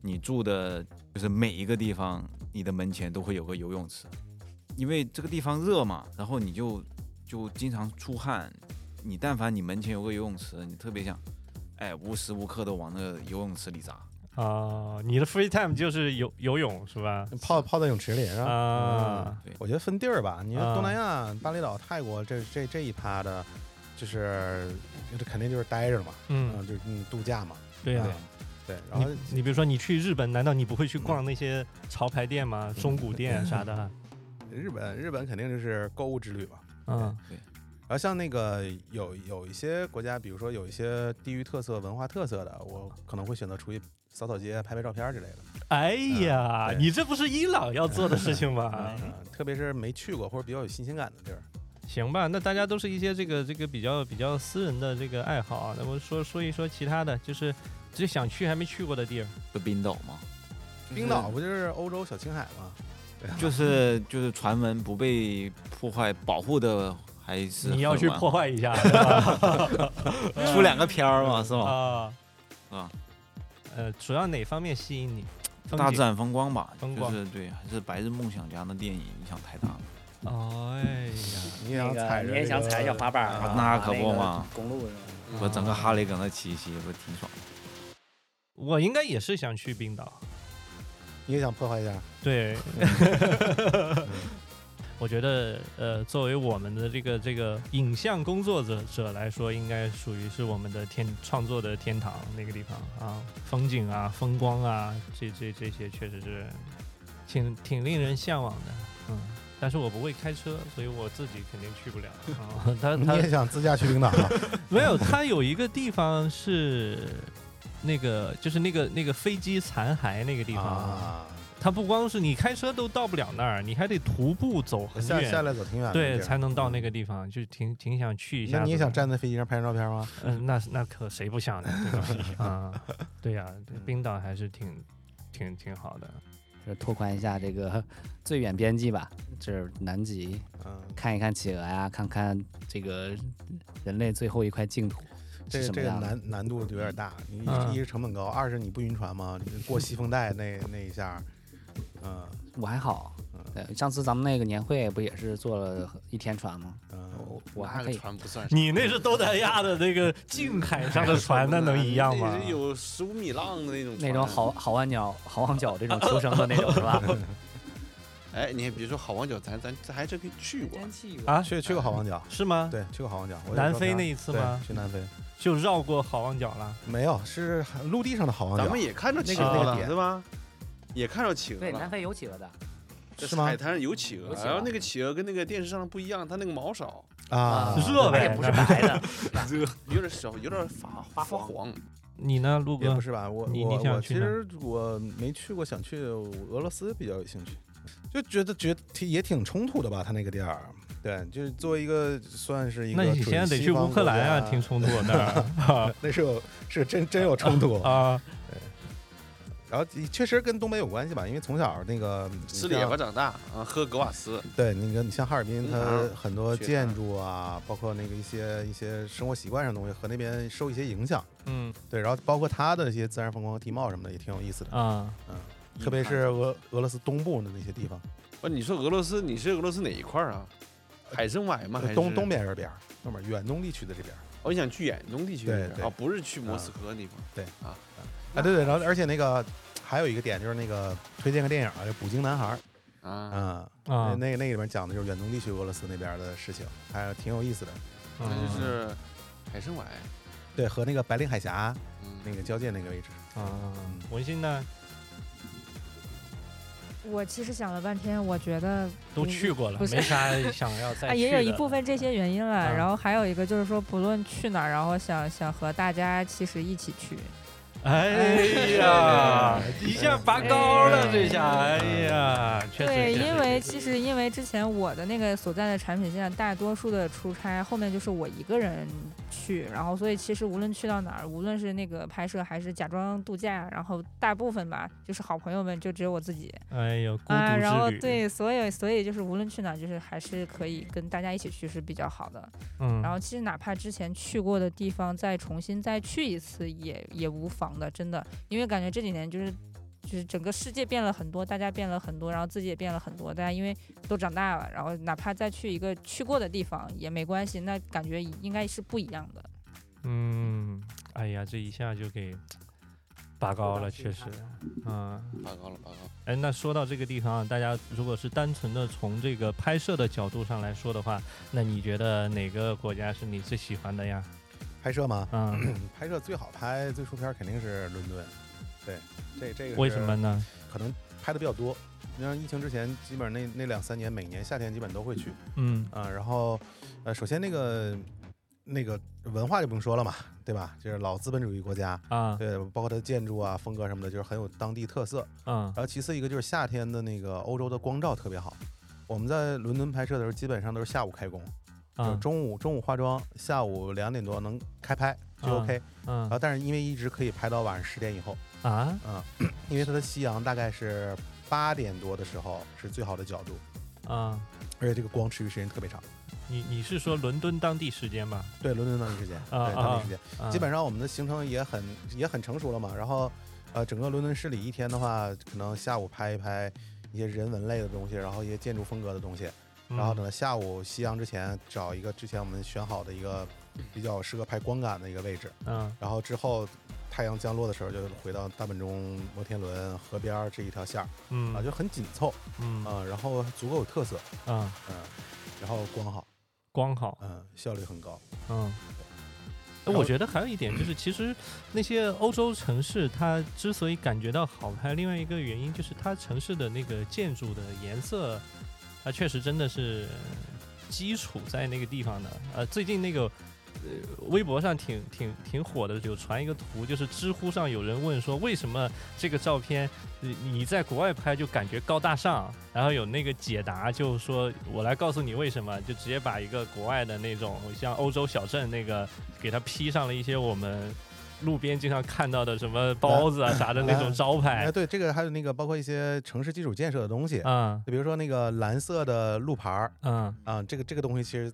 你住的就是每一个地方，你的门前都会有个游泳池，因为这个地方热嘛，然后你就就经常出汗，你但凡你门前有个游泳池，你特别想，哎，无时无刻的往那个游泳池里扎。哦，你的 free time 就是游游泳是吧？泡泡在泳池里是吧？啊嗯我觉得分地儿吧。你说啊东南亚、巴厘岛、泰国这这这一趴的，就是这肯定就是待着了嘛，嗯，嗯，就是嗯度假嘛，对呀啊。对。然后你你比如说你去日本，难道你不会去逛那些潮牌店吗？中古店啥的？日本日本肯定就是购物之旅嘛。嗯然后像那个有有一些国家，比如说有一些地域特色、文化特色的，我可能会选择出去扫扫街、拍拍照片之类的。哎啊呀，对你这不是伊朗要做的事情 啊哎吗？嗯，特别是没去过或者比较有新鲜感的地儿。行吧，那大家都是一些这个这个比较比较私人的这个爱好啊。那我说说一说其他的，就是就想去还没去过的地儿。不冰岛吗？嗯冰岛不就是欧洲小青海吗？就是就是传闻不被破坏保护的，还是你要很去完破坏一下，是吧出两个片儿嘛， 是吧？啊啊，呃，主要哪方面吸引你？风大景自然风光吧，风光就是对，还是白日梦想家的电影影响太大了。哎呀，你也想踩着、嗯你也想踩小滑板儿啊啊？那可不嘛个公路是吧？啊我整个哈雷搁那骑骑，不挺爽的？我应该也是想去冰岛。你也想破坏一下？对， 我觉得呃，作为我们的这个这个影像工作者者来说，应该属于是我们的天创作的天堂那个地方啊，风景啊、风光啊，这这这些确实是挺挺令人向往的，嗯。但是我不会开车，所以我自己肯定去不了。啊、 他你他也想自驾去冰岛？没有，它有一个地方是那个，就是那个那个飞机残骸那个地方，啊，它不光是你开车都到不了那儿，你还得徒步走很下远，下来走挺远的地儿，嗯对，才能到那个地方，就挺挺嗯想去一下。那你也想？站在飞机上拍张照片吗？嗯、那是那可谁不想 呢？对吧？啊，对呀、对冰岛还是挺挺挺好的。就是拓宽一下这个最远边际吧，就是南极，嗯，看一看企鹅呀、看看这个人类最后一块净土这是个这什么个样的。难难度有点大，你嗯一一是成本高，二是你不晕船吗？你过西风带那那一下，嗯我还好，对，上次咱们那个年会不也是坐了一天船吗？嗯，我我还那可个以，船不算什么。你那是东南亚的那个近海上的 船，那能一样吗那？是有十五米浪的那种船那种好。好望角、好望角这种求生的那种是吧？哎，你还别说好望角，咱咱咱还真可以去哎过。啊，去去过好望角，是吗？对，去过好望角。我有南照非片那一次对吗去南非就绕过好望角了。没有，是陆地上的好望咱角们。也看着企那个鹅那个了，点对吧？也看着企鹅对，南了。非有企鹅的，在是吗海滩上有企鹅，有企鹅然后那个企鹅跟那个电视上的不一样，它那个毛少，啊，热它呗也不是白的，热，有点少，有点发发黄黄。你呢，陆也哥不？是吧？我嗯你我你想我去其哪实我没去过，想去俄罗斯比较有兴趣。就觉得觉得挺也挺冲突的吧，他那个地儿，对，就是作为一个算是一个那你准现在得西去方乌克国兰啊，家听冲突那儿那是有是真真有冲突。啊，然后确实跟东北有关系吧，因为从小那个吃你野像巴长大啊，喝格瓦斯，对，那个你像哈尔滨，红它糖很多血建糖筑啊，包括那个一些一些生活习惯上的东西，和那边受一些影响。 嗯对，然后包括它的一些自然风光、地貌什么的也挺有意思的，啊，特别是硬俄俄罗斯东部的那些地方，汉子，哦，你说俄罗斯，你是俄罗斯哪一块儿啊？海参崴呃吗？还是东东？边这边儿，那边儿远东地区的这边儿。哦，你想去远东地区对那边对啊？不是去莫斯科那地方。啊，对对，然后而且那个还有一个点就是那个推荐个电影啊，就《捕鲸男孩》儿啊，啊，啊那那那里面讲的就是远东地区俄罗斯那边儿的事情，还挺有意思的。那就是海参崴，对，和那个白令海峡嗯，那个交界那个位置，啊，文心呢我其实想了半天，我觉得都不去过了，不是没啥想要再去 啊，的。也有一部分这些原因了，啊然后还有一个就是说，不论去哪儿，然后想想和大家其实一起去， 哎 呀，一下拔高了，这下，哎呀，确实。对，确实因为其实因为之前我的那个所在的产品线，大多数的出差后面就是我一个人去，然后所以其实无论去到哪儿，无论是那个拍摄还是假装度假，然后大部分吧就是好朋友们就只有我自己哎呦，孤独啊，之旅。然后，对，所以所以就是无论去哪儿，就是还是可以跟大家一起去是比较好的。嗯，然后其实哪怕之前去过的地方再重新再去一次也也无妨的，真的，因为感觉这几年就是。就是整个世界变了很多，大家变了很多，然后自己也变了很多。大家因为都长大了，然后哪怕再去一个去过的地方也没关系，那感觉应该是不一样的。嗯，哎呀，这一下就给拔高了，确实，嗯。拔高了，拔高。哎，那说到这个地方啊，大家如果是单纯的从这个拍摄的角度上来说的话，那你觉得哪个国家是你最喜欢的呀？拍摄嘛，嗯， 拍摄最好拍、最出片儿肯定是伦敦。对，这这个为是什么呢？可能拍的比较多。你像疫情之前，基本上那那两三年，每年夏天基本都会去嗯啊、然后，呃，首先那个那个文化就不用说了嘛，对吧？就是老资本主义国家，啊对，包括它的建筑啊、风格什么的，就是很有当地特色。嗯然后其次一个就是夏天的那个欧洲的光照特别好。我们在伦敦拍摄的时候，基本上都是下午开工，就是啊中午中午化妆，下午两点多能开拍就啊 OK、然嗯后但是因为一直可以拍到晚上十点以后，嗯啊 因为它的夕阳大概是八点多的时候是最好的角度，啊！而且这个光持续时间特别长。你你是说伦敦当地时间吧？对，伦敦当地时间，啊对当啊地时间，啊嗯基本上我们的行程也很也很成熟了嘛。然后，呃，整个伦敦市里一天的话，可能下午拍一拍一些人文类的东西，然后一些建筑风格的东西，然后嗯等到下午夕阳之前，找一个之前我们选好的一个比较适合拍光感的一个位置，嗯然后之后太阳降落的时候，就回到大本钟、摩天轮、河边儿这一条线儿嗯啊，就很紧凑嗯啊，然后足够有特色，嗯，嗯，然后光好，光好嗯，效率很高，嗯。哎然我后觉得还有一点就是，其实那些欧洲城市它之所以感觉到好拍，另外一个原因就是它城市的那个建筑的颜色，它确实真的是基础在那个地方的。呃，最近那个呃微博上挺挺挺火的，有传一个图，就是知乎上有人问说，为什么这个照片你你在国外拍就感觉高大上，然后有那个解答，就说我来告诉你为什么，就直接把一个国外的那种像欧洲小镇那个，给它 P 上了一些我们路边经常看到的什么包子啊啥的那种招哎，牌，对，这个还有那个包括一些城市基础建设的东西，嗯就比如说那个蓝色的路牌儿嗯，啊，这个这个东西其实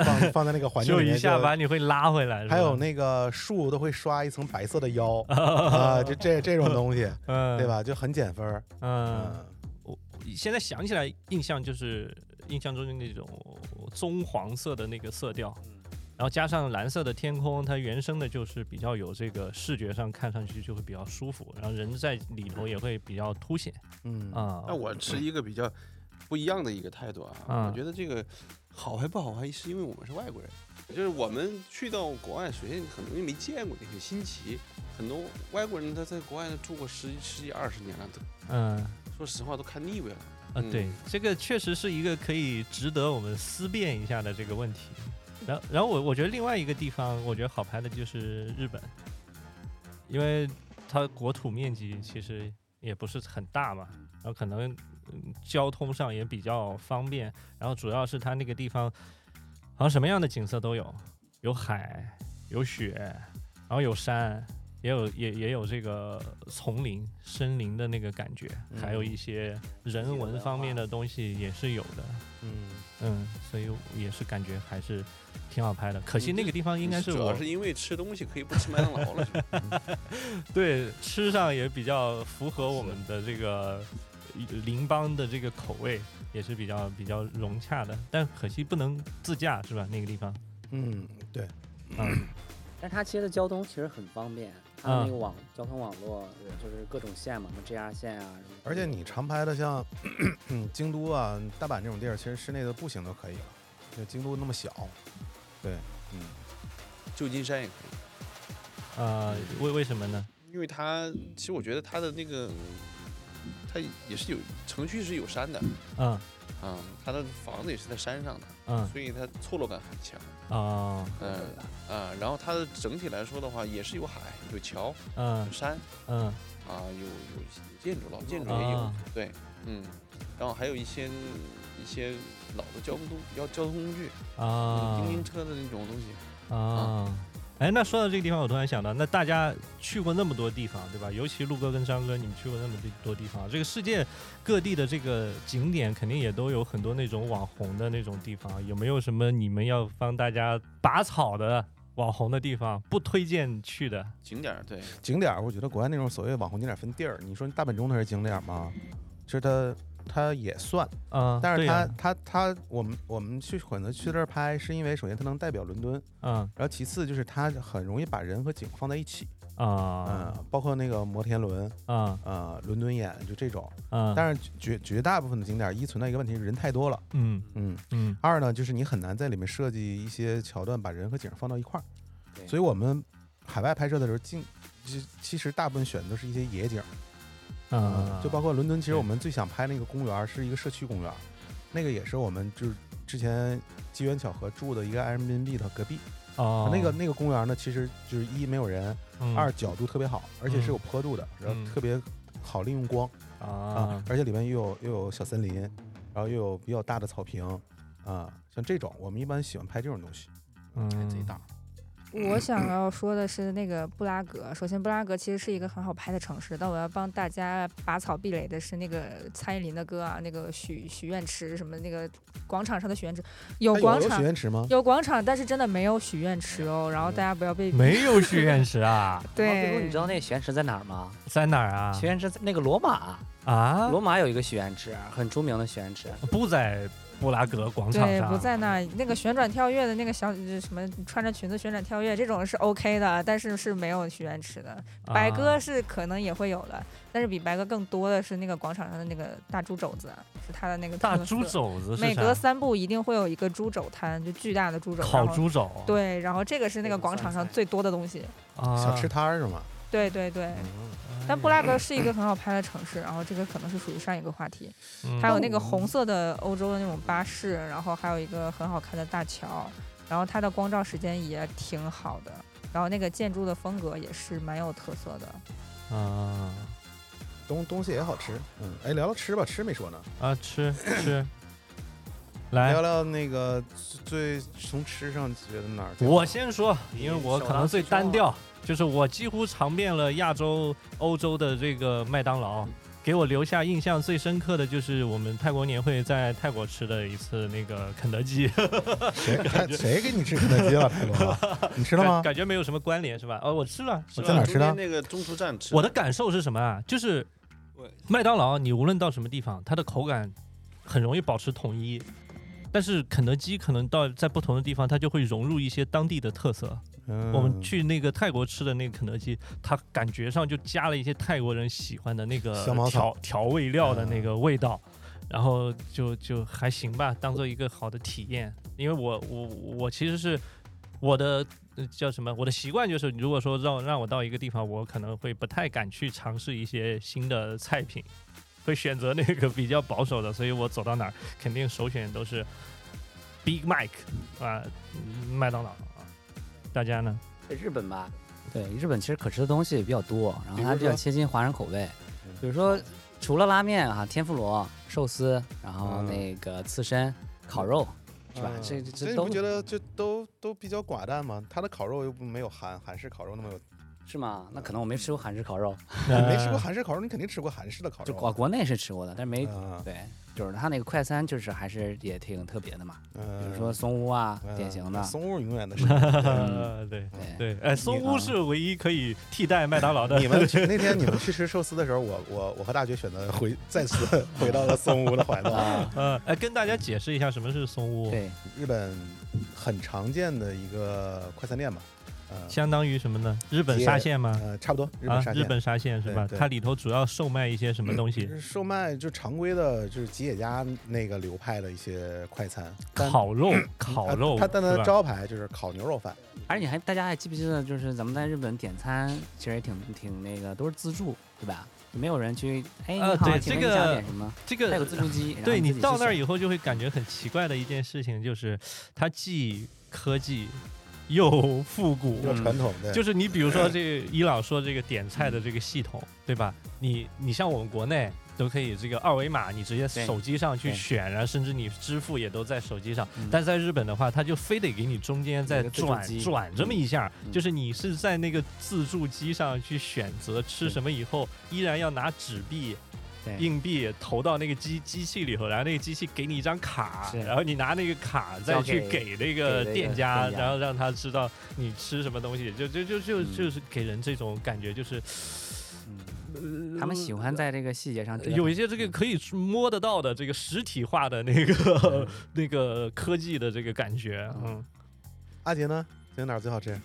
放放在那个环境就里面一下把你会拉回来，是吧哦还有那个树都会刷一层 白色的腰啊，就这这种东西，嗯对？吧？就很减分儿。嗯。嗯，我现在想起来，印象就是印象中的那种棕黄色的那个色调，然后加上蓝色的天空，它原生的就是比较有这个视觉上看上去就会比较舒服，然后人在里头也会比较凸显嗯啊。那我持一个比较不一样的一个态度啊，嗯我觉得这个好还不好还是因为我们是外国人，就是我们去到国外，首先很多东西没见过，你很新奇。很多外国人他在国外住过十十几二十年了，都嗯说实话都看腻歪了。啊，对，这个确实是一个可以值得我们思辨一下的这个问题。然后然后我我觉得另外一个地方，我觉得好拍的就是日本，因为它国土面积其实也不是很大嘛，然后可能、嗯交通上也比较方便，然后主要是它那个地方好像什么样的景色都有，有海，有雪，然后有山。也有也也有这个丛林、森林的那个感觉，还有一些人文方面的东西也是有的。嗯，嗯，所以也是感觉还是挺好拍的。可惜那个地方应该是主我要是因为吃东西可以不吃麦当劳了，是吧对吃上也比较符合我们的这个邻邦的这个口味，也是比较比较融洽的。但可惜不能自驾是吧？那个地方，嗯，对，嗯，但是它其实交通其实很方便，啊它那个网、交通网络就是各种线嘛，什么 JR 线啊，什么而且你常拍的像 京都啊、大阪这种地儿，其实室内的步行都可以了。就京都那么小，旧金山也可以，呃，为为什么呢？因为它其实我觉得它的那个它也是有城区是有山的，嗯啊、它的房子也是在山上的，嗯所以它错落感很强，啊嗯、啊、然后它的整体来说的话，也是有海、有桥、嗯有山嗯啊、有有建筑，老建筑也有，啊对，嗯，然后还有一些一些老的交通交交通工具，啊嗯，叮叮车的那种东西，啊。哎，那说到这个地方，我突然想到，那大家去过那么多地方，对吧？尤其陆哥跟张哥，你们去过那么多地方，这个世界各地的这个景点，肯定也都有很多那种网红的那种地方。有没有什么你们要帮大家拔草的网红的地方，不推荐去的？景点儿对，景点儿，我觉得国外那种所谓网红景点儿分地儿，你说大本钟它是景点儿吗？其实它它也算，嗯，啊但是对它、呀它它我们我们去选择去这儿拍，是因为首先它能代表伦敦，嗯然后其次就是它很容易把人和景放在一起，嗯啊，包括那个摩天轮，啊呃，伦敦眼就这种。啊，但是绝绝大部分的景点儿一存在一个问题，人太多了，嗯嗯，嗯二呢，就是你很难在里面设计一些桥段，把人和景放到一块对儿。所以我们海外拍摄的时候，尽其其实大部分选的都是一些野景，啊，嗯就包括伦敦。其实对我们最想拍那个公园儿是一个社区公园儿，那个也是我们就是之前机缘巧合住的一个 Airbnb 的隔壁。哦那个那个公园儿呢，其实就是一没有人，嗯二角度特别好，而且是有坡度的，然嗯后特别好利用光啊啊，而且里面又有又有小森林，然后又有比较大的草坪啊，像这种我们一般喜欢拍这种东西。嗯贼大，我想要说的是那个布拉格。首先，布拉格其实是一个很好拍的城市，但我要帮大家拔草避雷的是那个蔡依林的歌啊，那个许许愿池什么那个广场上的许愿池，有它哎有广有场许愿池吗？有广场，但是真的没有许愿池哦。然后大家不要被没有许愿池啊，哦比如对你知道那个许愿池在哪儿吗？在哪儿啊许？愿池在那个罗马，啊，罗马有一个许愿池，很著名的许愿池。不在布拉格广场对，上，不在那儿那个旋转跳跃的那个小什么穿着裙子旋转跳跃这种是 OK 的，但是是没有许愿池的。啊白鸽是可能也会有的，但是比白鸽更多的是那个广场上的那个大猪肘子，是它的那个大特色猪。肘子是每啥隔三步一定会有一个猪肘摊，就巨大的猪肘。烤然后。猪肘，对，然后这个是那个那种广场酸上菜最多的东西。啊，嗯小吃摊儿是吗？嗯对对对，但布拉格是一个很好拍的城市，然后这个可能是属于上一个话题。嗯还有那个红色的欧洲的那种巴士，然后还有一个很好看的大桥，然后它的光照时间也挺好的，然后那个建筑的风格也是蛮有特色的。啊东东西也好吃，嗯，哎，聊聊吃吧，吃没说呢，啊 吃吃，来哎聊。聊那个最最从吃上觉得哪儿最好？我先说，因为我可能最单调，就是我几乎尝遍了亚洲、欧洲的这个麦当劳，给我留下印象最深刻的就是我们泰国年会在泰国吃的一次那个肯德基， 谁他谁给你吃肯德基 了，泰国？你吃了吗？感觉没有什么关联是吧？哦，我吃了，吃了我在哪儿吃中的间？那个中途站吃我的感受是什么啊？就是麦当劳，你无论到什么地方，它的口感很容易保持统一，但是肯德基可能到在不同的地方，它就会融入一些当地的特色。嗯我们去那个泰国吃的那个肯德基，它感觉上就加了一些泰国人喜欢的那个香茅草嗯调调味料的那个味道，然后就就还行吧，当做一个好的体验。因为我我我其实是我的呃叫什么？我的习惯就是，如果说让让我到一个地方，我可能会不太敢去尝试一些新的菜品。会选择那个比较保守的，所以我走到哪儿肯定首选都是 Big Mac 啊，麦当劳啊。大家呢？在日本吧，对日本其实可吃的东西也比较多，然后它比较贴近华人口味，比如说除了拉面啊，天妇罗、寿司，嗯然后那个刺身、烤肉，是吧？啊这这所以这你不都觉得就都都比较寡淡吗？它的烤肉又不没有韩韩式烤肉那么有，是吗？那可能我没吃过韩式烤肉，哎你没吃过韩式烤肉，你肯定吃过韩式的烤就肉国啊。国内是吃过的，但是没嗯对，就是它那个快餐就是还是也挺特别的嘛，比嗯，如说松屋啊，嗯典型的，松屋永远的是。嗯呃，对 对，对，哎，松屋是唯一可以替代麦当劳的。啊你们去那天你们去吃寿司的时候，我我我和大学选择回再次 回到了松屋的怀抱。啊， 呃，哎，跟大家解释一下什么是松屋，对，日本很常见的一个快餐店吧，呃相当于什么呢？日本沙县吗？呃，差不多日啊本沙，日县。本沙县是吧？对对它里头主要售卖一些什么东西？售卖就常规的，就是吉野家那个流派的一些快餐，但烤肉，烤肉，它但它是的吧招牌就是烤牛肉饭，而且还大家还记不记得，就是咱们在日本点餐，其实也挺挺那个，都是自助，对吧？没有人去，哎，你呃好，对请问这你想个点什么？这它有个自助机，然后对你你自己到去那儿选以后就会感觉很奇怪的一件事情，就是它既科技又复古，又传统的。嗯就是你比如说这个伊朗说这个点菜的这个系嗯统，对吧？你你像我们国内都可以这个二维码，你直接对手机上去对选，然后甚至你支付也都在手机上。嗯但在日本的话，他就非得给你中间再有个自助转机转这么一下，嗯就是你是在那个自助机上去选择吃什么，以后依然要拿纸币。对硬币投到那个机机器里头，然后那个机器给你一张卡是，然后你拿那个卡再交去给给那个给那个店家，店家然后让他知道你吃什么东西，就就就就嗯就是给人这种感觉，就是嗯他们喜欢在这个细节上折腾呃有一些这个可以摸得到的这个实体化的那嗯个 那个科技的这个感觉，嗯，阿杰呢，觉得哪儿最好吃？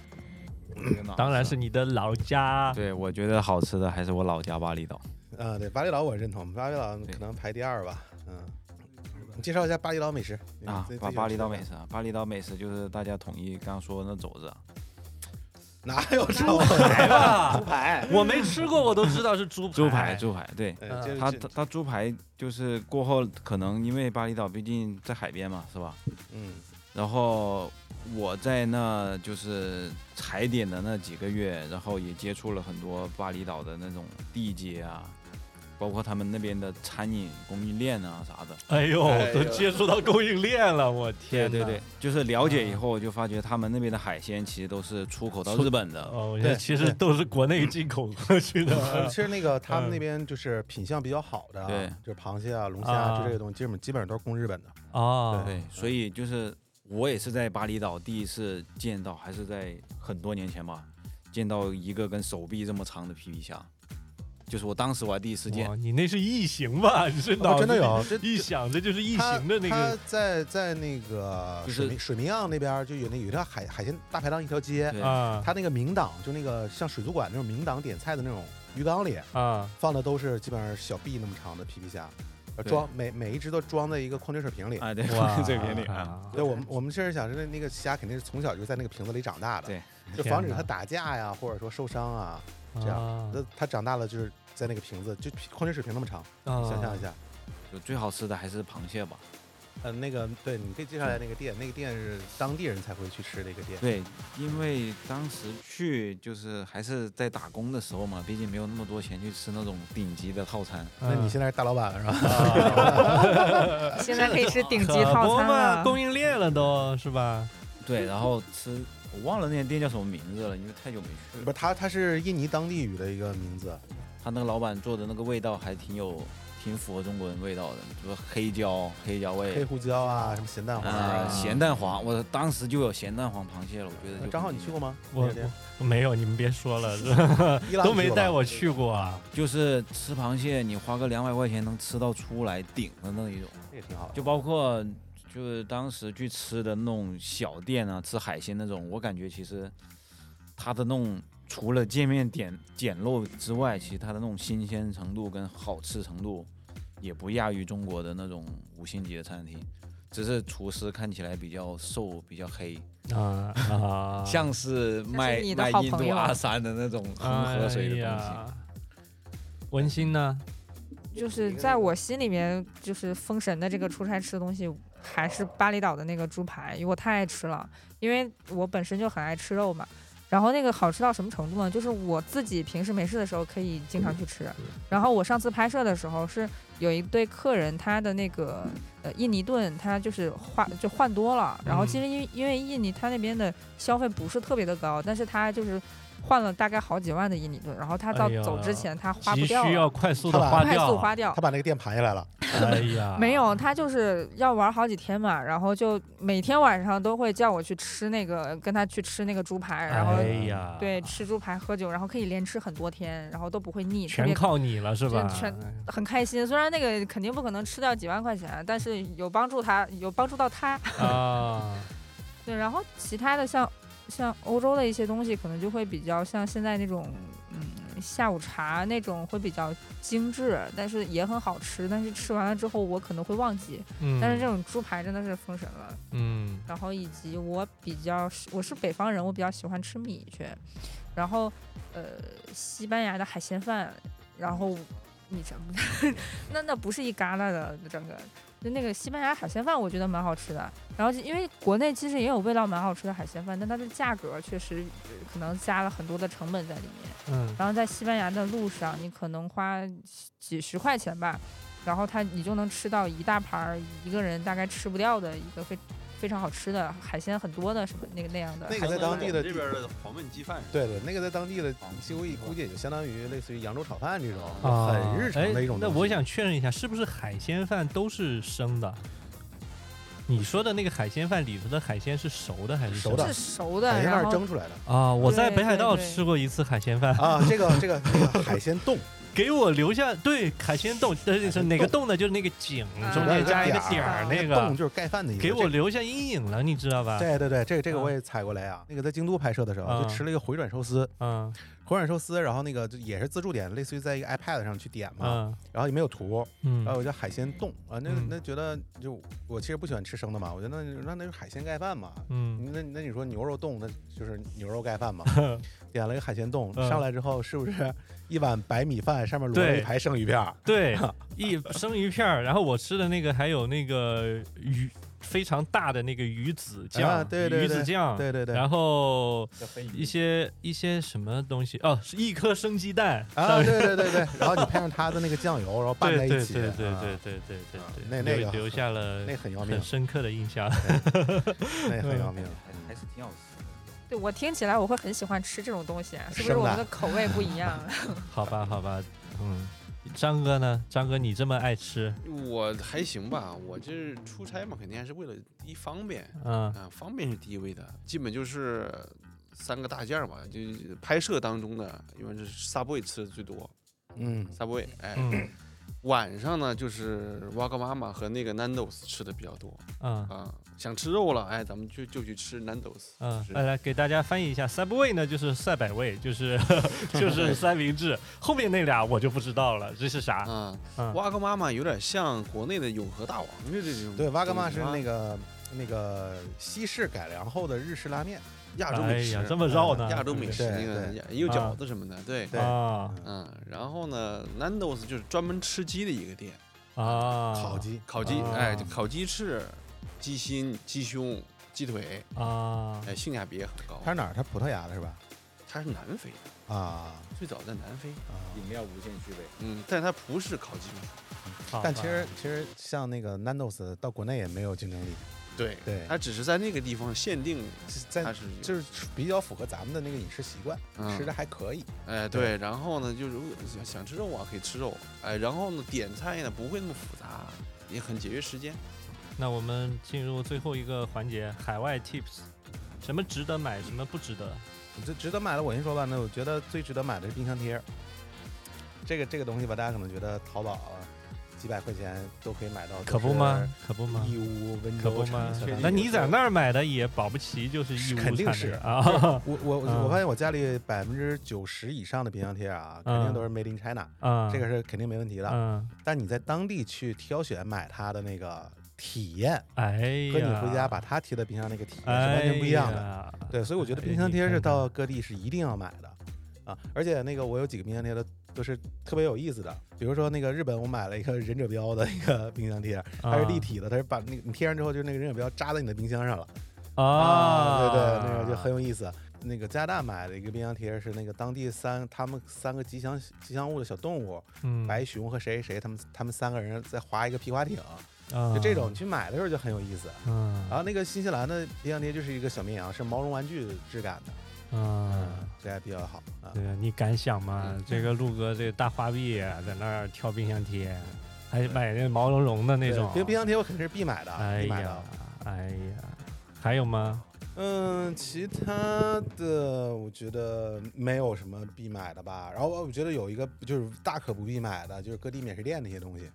当然是你的老家，对，我觉得好吃的还是我老家巴厘岛。啊，对，巴厘岛我认同，巴厘岛对可能排第二吧。嗯，你介绍一下巴厘岛美食啊你最，巴巴厘岛美。最喜欢吃食啊，巴厘岛美食就是大家统一刚刚说的那肘子啊，的哪有这种？ 来 吧，哎排，我没吃过，我都知道是猪排，猪排，猪排，对，呃嗯这它这它它猪排就是过后可能因为巴厘岛毕竟在海边嘛，是吧？ 嗯，然后我在那就是踩点的那几个月，然后也接触了很多巴厘岛的那种地街啊，包括他们那边的餐饮供应链啊啥的。哎呦哎，都呦接触到供应链了，我天，对对，，就是了解以后，我就发觉他们那边的海鲜其实都是出口到出日本的。哦，我觉得对其实对都是国内进口过去呃的其，实 那个他嗯们那边就是品相比较好的啊，对就是螃蟹啊、龙虾啊啊，就这些东西，基本基本上都是供日本的。啊哦，对，嗯所以就是我也是在巴厘岛第一次见到，还是在很多年前吧，见到一个跟手臂这么长的皮皮虾，就是我当时我还第一次见哇，。你那是异形吧？你是脑哦，子真的里有，这一想，这就是异他形的那他个在在那个就是水明水明漾那边就有那有一条海海鲜大排档一条街，对啊他那个名档就那个像水族馆那种名档点菜的那种鱼缸里啊放的都是基本上小臂那么长的皮皮虾，呃对装每每一只都装在一个矿泉水瓶里。啊，对，哇 这边那个啊，对我们我们确实想是那个虾肯定是从小就在那个瓶子里长大的，对，就防止它打架呀，或者说受伤啊。这样样那它长大了就是在那个瓶子，就瓶矿泉水瓶那么长，嗯想象一下。就最好吃的还是螃蟹吧。呃，那个对，你可以介绍一下那个店，那个店是当地人才会去吃的一个店。对，因为当时去就是还是在打工的时候嘛，毕竟没有那么多钱去吃那种顶级的套餐。嗯那你现在是大老板是吧？现在可以吃顶级呃可套不餐啊嘛，了。供应链了都是吧？对，然后吃我忘了那家店叫什么名字了，因为太久没去 不了。是，它它是印尼当地语的一个名字，他那个老板做的那个味道还挺有，挺符合中国人味道的，就是黑椒、黑椒黑味。胡椒啊，什么咸蛋黄呃，啊。咸蛋黄，我当时就有咸蛋黄螃蟹了，我觉得就呃很张浩，你惊去艳过？吗？我那个店我没有，你们别说了，伊朗都你没过带吧我去过啊。就是吃螃蟹，你花个两百块钱能吃到出来顶的那一种。这也挺好的。就包括就是当时去吃的那种小店啊，吃海鲜那种，我感觉其实它的那种除了界面点简陋之外，其实它的那种新鲜程度跟好吃程度也不亚于中国的那种五星级的餐厅。只是厨师看起来比较瘦，比较黑，啊啊，像是卖你的卖好印朋度 友哎阿三的那种恒河水的东西。哎呀。文心呢？就是在我心里面，就是封神的这个出差吃的东西，还是巴厘岛的那个猪排，因为我太爱吃了， 因为我本身就很爱吃肉嘛。然后那个好吃到什么程度呢？就是我自己平时没事的时候可以经常去吃。然后我上次拍摄的时候是有一对客人，他的那个呃印尼盾，他就是换就换多了。然后其实因为因为印尼他那边的消费不是特别的高，但是他就是换了大概好几万的印尼盾。然后他到哎呀走之前他花急不掉了，需要快速的花快掉，啊速花掉他。把那个店盘下来了， 哎呀，没有，他就是要玩好几天嘛，然后就每天晚上都会叫我去吃那个，跟他去吃那个猪排，然后、哎呀，对吃猪排喝酒，然后可以连吃很多天，然后都不会腻，特全别靠你了是吧？这全很开心。虽然那个肯定不可能吃掉几万块钱，但是有帮助他，有帮助到他。 啊，对，然后其他的像像欧洲的一些东西，可能就会比较像现在那种，嗯，下午茶那种会比较精致，但是也很好吃。但是吃完了之后，我可能会忘记。嗯，但是这种猪排真的是封神了。嗯然后以及我比较是我是北方人，我比较喜欢吃米去，然后呃西班牙的海鲜饭，然后你什么的，那那不是一旮旯的整个。就那个西班牙海鲜饭，我觉得蛮好吃的。然后因为国内其实也有味道蛮好吃的海鲜饭，但它的价格确实呃可能加了很多的成本在里面。嗯，然后在西班牙的路上，你可能花几十块钱吧，然后它你就能吃到一大盘儿一个人大概吃不掉的一个非非常好吃的海鲜很多的什么那个那样的。那个在当地的这边的黄焖鸡饭是吧对对，那个在当地的就估计也就相当于类似于扬州炒饭这种啊很日常的一种哎那东西我想确认一下，是不是海鲜饭都是生的？你说的那个海鲜饭里头的海鲜是熟的还是熟的是熟的，海鲜然饭后是蒸出来的啊？我在对北海对道对吃过一次海鲜饭，啊。这个这个这个海鲜冻，给我留下对海鲜冻，呃，是哪个冻呢？就是那个井 啊中间加一个那个点点儿儿那冻个，就是盖饭的意思。给我这个留下阴影了，你知道吧？对对对，这个这个啊我也踩过雷啊。那个在京都拍摄的时啊候，就吃了一个回转寿司，嗯回转寿司，然后那个就也是自助点，类似于在一个 iPad 上去点嘛，嗯然后也没有图，然嗯后我叫海鲜冻啊，那嗯那觉得就我其实不喜欢吃生的嘛，我觉得那那那就海鲜盖饭嘛，嗯，。那那你说牛肉冻，那就是牛肉盖饭嘛点了一个海鲜冻，嗯上来之后是不是一碗白米饭上面摞了对一排生鱼片儿？ 对，一生鱼片儿，然后我吃的那个还有那个鱼。非常大的那个鱼子酱，啊对对鱼子对酱，对对对，嗯然后叫飞一些一些什么东西哦，是一颗生鸡蛋啊，对对对对，然后你配上它的那个酱油，然后拌对在对一对起，对对啊对对对对啊对，那那留个留下了那很要命很，深刻的印 象。那很要命。还还是挺好吃的。对我听起来我会很喜欢吃这种东西，是不是生我们的的口味不一样？啊 好吧，好吧，嗯，张哥呢？张哥，你这么爱吃，我还行吧，我这出差嘛，肯定还是为了第一方便嗯啊，方便是第一位的，基本就是三个大件儿吧，就是拍摄当中的，因为是 Subway 吃的最多嗯， ，Subway，哎，嗯晚上呢就是哇嘎妈妈和那个 Nando's 吃的比较多嗯啊，想吃肉了，哎，咱们就就去吃 Nando's，嗯是，来来给大家翻译一下，Subway 呢就是赛百味，就是 就是三明治，后面那俩我就不知道了，这是啥？啊嗯，哇嘎妈妈有点像国内的永和大王就这嗯种，啊对，瓦格玛是那个个那个西式改良后的日式拉面，亚洲哎美呀食，，这么绕嗯呢？亚洲美食对那个对亚也有啊饺子什么的，对。对啊嗯，然后呢，Nando's 就是专门吃鸡的一个店，嗯啊，烤鸡，烤鸡，啊哎，烤鸡翅、鸡心、鸡胸、鸡腿，啊，哎，性价比也很高。它是哪儿？它葡萄牙的是吧？它是南非的，啊最早在南非，啊。饮料无限续杯，嗯，但它不是烤鸡，好但吧其实其实像那个 Nando's 到国内也没有竞争力，对，对它只是在那个地方限定，是它在是有就是比较符合咱们的那个饮食习惯，嗯吃的还可以。哎，对，然后呢，就如果想想吃肉啊，可以吃肉，哎，然后呢，点菜呢不会那么复杂，也很节约时间。那我们进入最后一个环节，海外 tips，什么值得买，什么不值得？这值得买的，我先说吧。那我觉得最值得买的是冰箱贴，儿，这个这个东西吧，大家可能觉得淘宝啊几百块钱都可以买到，可不吗？？可不吗？义乌、温可不州吗产的？那你在那儿买的也保不齐就是义乌肯定产的是啊我我嗯我我发现我家里百分之九十以上的冰箱贴啊，肯定都是 Made in China，啊，这个是肯定没问题的。嗯，但你在当地去挑选买它的那个体验，哎呀，和你回家把它贴在冰箱那个体验哎是完全不一样的。呀对，所以我觉得哎冰箱你贴看是看到各地是一定要买的啊。而且那个我有几个冰箱贴的就是特别有意思的。比如说那个日本，我买了一个忍者标的一个冰箱贴，啊它嗯是立体的，它是把那个你贴上之后，就是那个忍者标扎在你的冰箱上了啊，对对，那个就很有意思。那个加拿大买的一个冰箱贴是那个当地三他们三个吉祥吉祥物的小动物，嗯白熊和谁谁谁，他们他们三个人在划一个皮划艇，啊就这种你去买的时候就很有意思。嗯然后那个新西兰的冰箱贴就是一个小绵羊，是毛绒玩具质感的，嗯嗯，，这还比较好啊。对你敢想吗？这个陆哥这大花臂啊在那儿挑冰箱贴，还买那毛茸茸的那对种冰冰箱贴我肯定是必买的，哎必买的啊呀。，哎呀，还有吗？嗯，其他的我觉得没有什么必买的吧。然后我觉得有一个就是大可不必买的，就是各地免税店那些东西。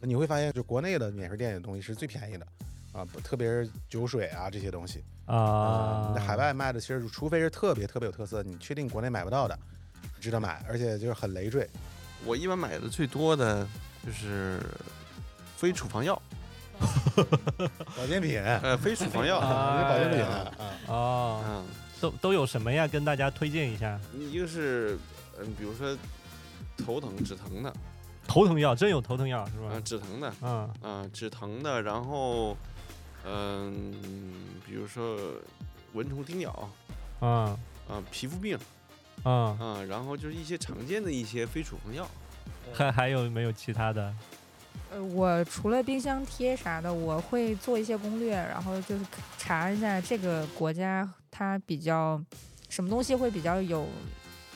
你会发现，就国内的免税店的东西是最便宜的啊，不特别是酒水啊这些东西啊，嗯那海外卖的其实除非是特别特别有特色，你确定国内买不到的，值得买，而且就是很累赘。我一般买的最多的就是非处方药，保健 品，呃，非处 方药，啊 保健品哎啊，啊哦，嗯，都都有什么呀？跟大家推荐一下。一个是嗯，比如说头疼止疼的，头疼药真有头疼药是啊，吧？止疼的，嗯啊，止疼的，然后嗯，比如说蚊虫叮咬嗯啊，皮肤病嗯，啊，然后就是一些常见的一些非处方药，还还有没有其他的？呃，我除了冰箱贴啥的，我会做一些攻略，然后就是查一下这个国家它比较什么东西会比较有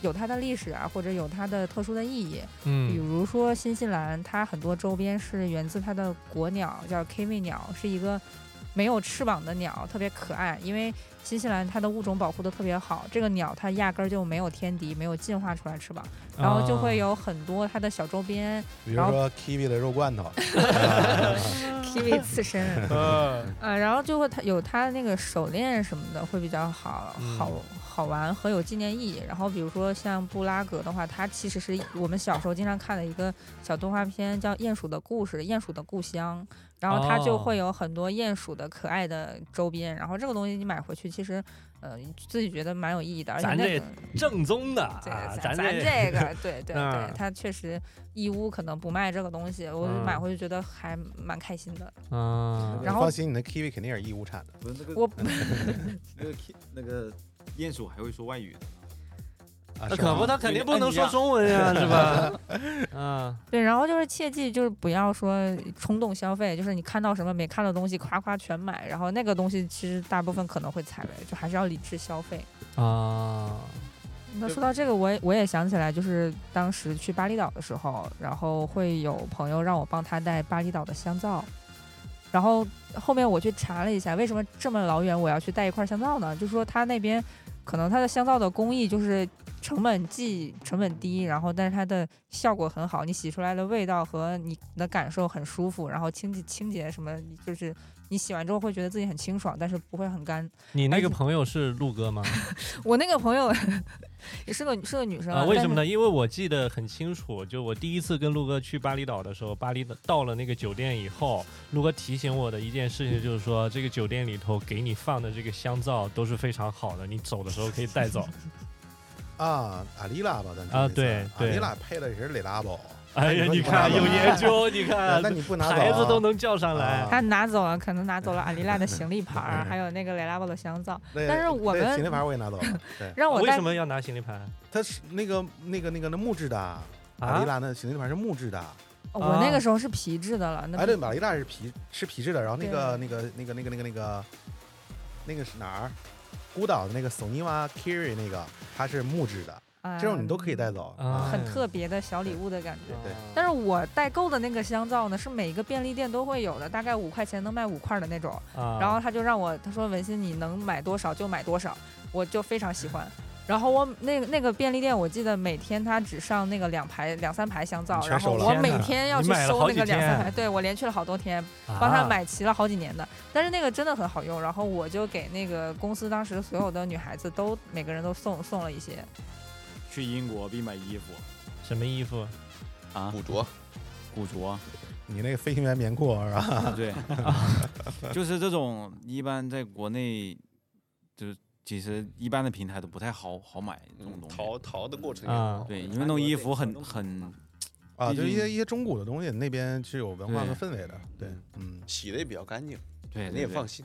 有它的历史啊，或者有它的特殊的意义。比嗯如说新西兰，它很多周边是源自它的国鸟，叫 kiwi 鸟，是一个没有翅膀的鸟，特别可爱。因为新西兰它的物种保护的特别好，这个鸟它压根儿就没有天敌，没有进化出来翅膀，然后就会有很多它的小周边比如然后说 kiwi 的肉罐头，啊 kiwi 刺身。 嗯呃，然后就会它有它那个手链什么的会比较好好嗯好玩和有纪念意义。然后比如说像布拉格的话，它其实是我们小时候经常看的一个小动画片，叫《鼹鼠的故事》，鼹鼠的故乡。然后它就哦会有很多鼹鼠的可爱的周边。然后这个东西你买回去，其实呃自己觉得蛮有意义的，而且咱那这个正宗的对，啊，咱这这个，对对嗯对，它确实义乌可能不卖这个东西，我嗯买回去觉得还蛮开心的。嗯然后放心，你的 kiwi 肯定也是义乌产的。不是那个我 那个那个鼹鼠还会说外语的，啊那是可吗不，他肯定不能说中文呀，是吧？嗯，对，然后就是切记，就是不要说冲动消费，就是你看到什么没看到的东西，夸夸全买，然后那个东西其实大部分可能会踩雷，就还是要理智消费。 啊，那说到这个，我也我也想起来，就是当时去巴厘岛的时候，然后会有朋友让我帮他带巴厘岛的香皂，然后后面我去查了一下，为什么这么老远我要去带一块香皂呢？就说他那边可能他的香皂的工艺就是成本既成本低，然后但是它的效果很好，你洗出来的味道和你的感受很舒服，然后清洁清洁什么，就是你洗完之后会觉得自己很清爽，但是不会很干。你那个而且朋友是陆哥吗？我那个朋友 也是个是哎个女生啊，为但什么是呢？因为我记得很清楚，就我第一次跟陆哥去巴厘岛的时候，巴厘岛到了那个酒店以后，陆哥提醒我的一件事情就是说，这个酒店里头给你放的这个香皂都是非常好的，你走的时候可以带 走。啊，阿丽拉吧，咱啊说一对下对阿丽拉配的也是雷拉宝，哎呀，那你你看不拿有走研究，你啊看那你不拿走啊牌子都能叫上来啊。哎他拿走了，可能拿走 了阿丽娜的行李牌儿，还有那个雷拉布的香皂，那但是我那们行李牌我也拿走 了，对，让我为带什。么要拿行李盘它是那个那个那个那木质的，马啊丽？拉那行李牌是木质的，啊哦我那个时候是皮质的了，那哎对，皮马丽拉是皮是皮质的，然后那个那个那个那个那个那个那个是哪儿？孤岛的那个索尼娃 Kiri 那个，它是木质的，啊这种你都可以带走啊很特别的小礼物的感觉。对但是我代购的那个香皂呢，是每个便利店都会有的，大概五块钱能卖五块的那种。啊，然后他就让我，他说文心你能买多少就买多少，我就非常喜欢。然后我那那个便利店，我记得每天他只上那个两排两三排香皂你，全然后收了我天每哪天要你去买了收好那几个两三天排，对我连去了好多天，啊帮他买齐了好几年的。但是那个真的很好用，然后我就给那个公司当时所有的女孩子都每个人都送送了一些。去英国必买衣服什么衣服？啊，古着，古着。你那个飞行员棉裤是 吧？对，就是这种一般在国内就是其实一般的平台都不太好好买这种东嗯西。淘淘的过程也啊好，嗯对，淘因为弄衣服淘很东西很嘛啊，毕嗯就是一些竟一些中古的东西，那边是有文化和对氛围的。对，嗯，洗的也比较干净，对，你对也对放心。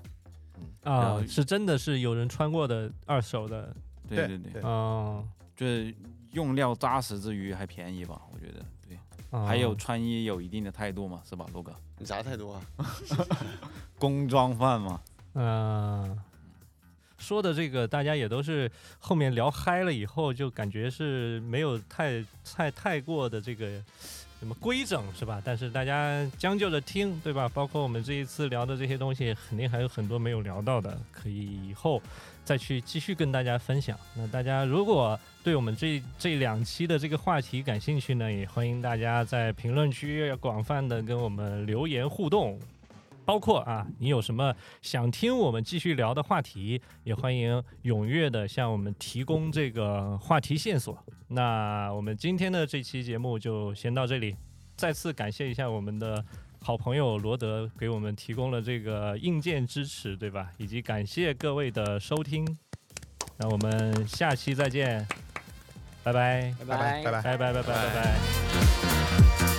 然后啊，是真的是有人穿过的二手的对对对对对，啊，就是用料扎实之余还便宜吧，我觉得。对，啊还有穿衣有一定的态度嘛，是吧，罗哥？你啥态度啊？工装饭嘛，嗯，说的这个大家也都是后面聊嗨了以后，就感觉是没有太太太过的这个什么规整是吧？但是大家将就着听，对吧？包括我们这一次聊的这些东西，肯定还有很多没有聊到的，可以以后再去继续跟大家分享。那大家如果对我们这这两期的这个话题感兴趣呢，也欢迎大家在评论区啊广泛的跟我们留言互动。包括啊，你有什么想听我们继续聊的话题，也欢迎踊跃的向我们提供这个话题线索。那我们今天的这期节目就先到这里，再次感谢一下我们的好朋友罗德给我们提供了这个硬件支持，对吧？以及感谢各位的收听，那我们下期再见，拜拜，拜拜拜拜拜。拜拜拜拜拜拜。拜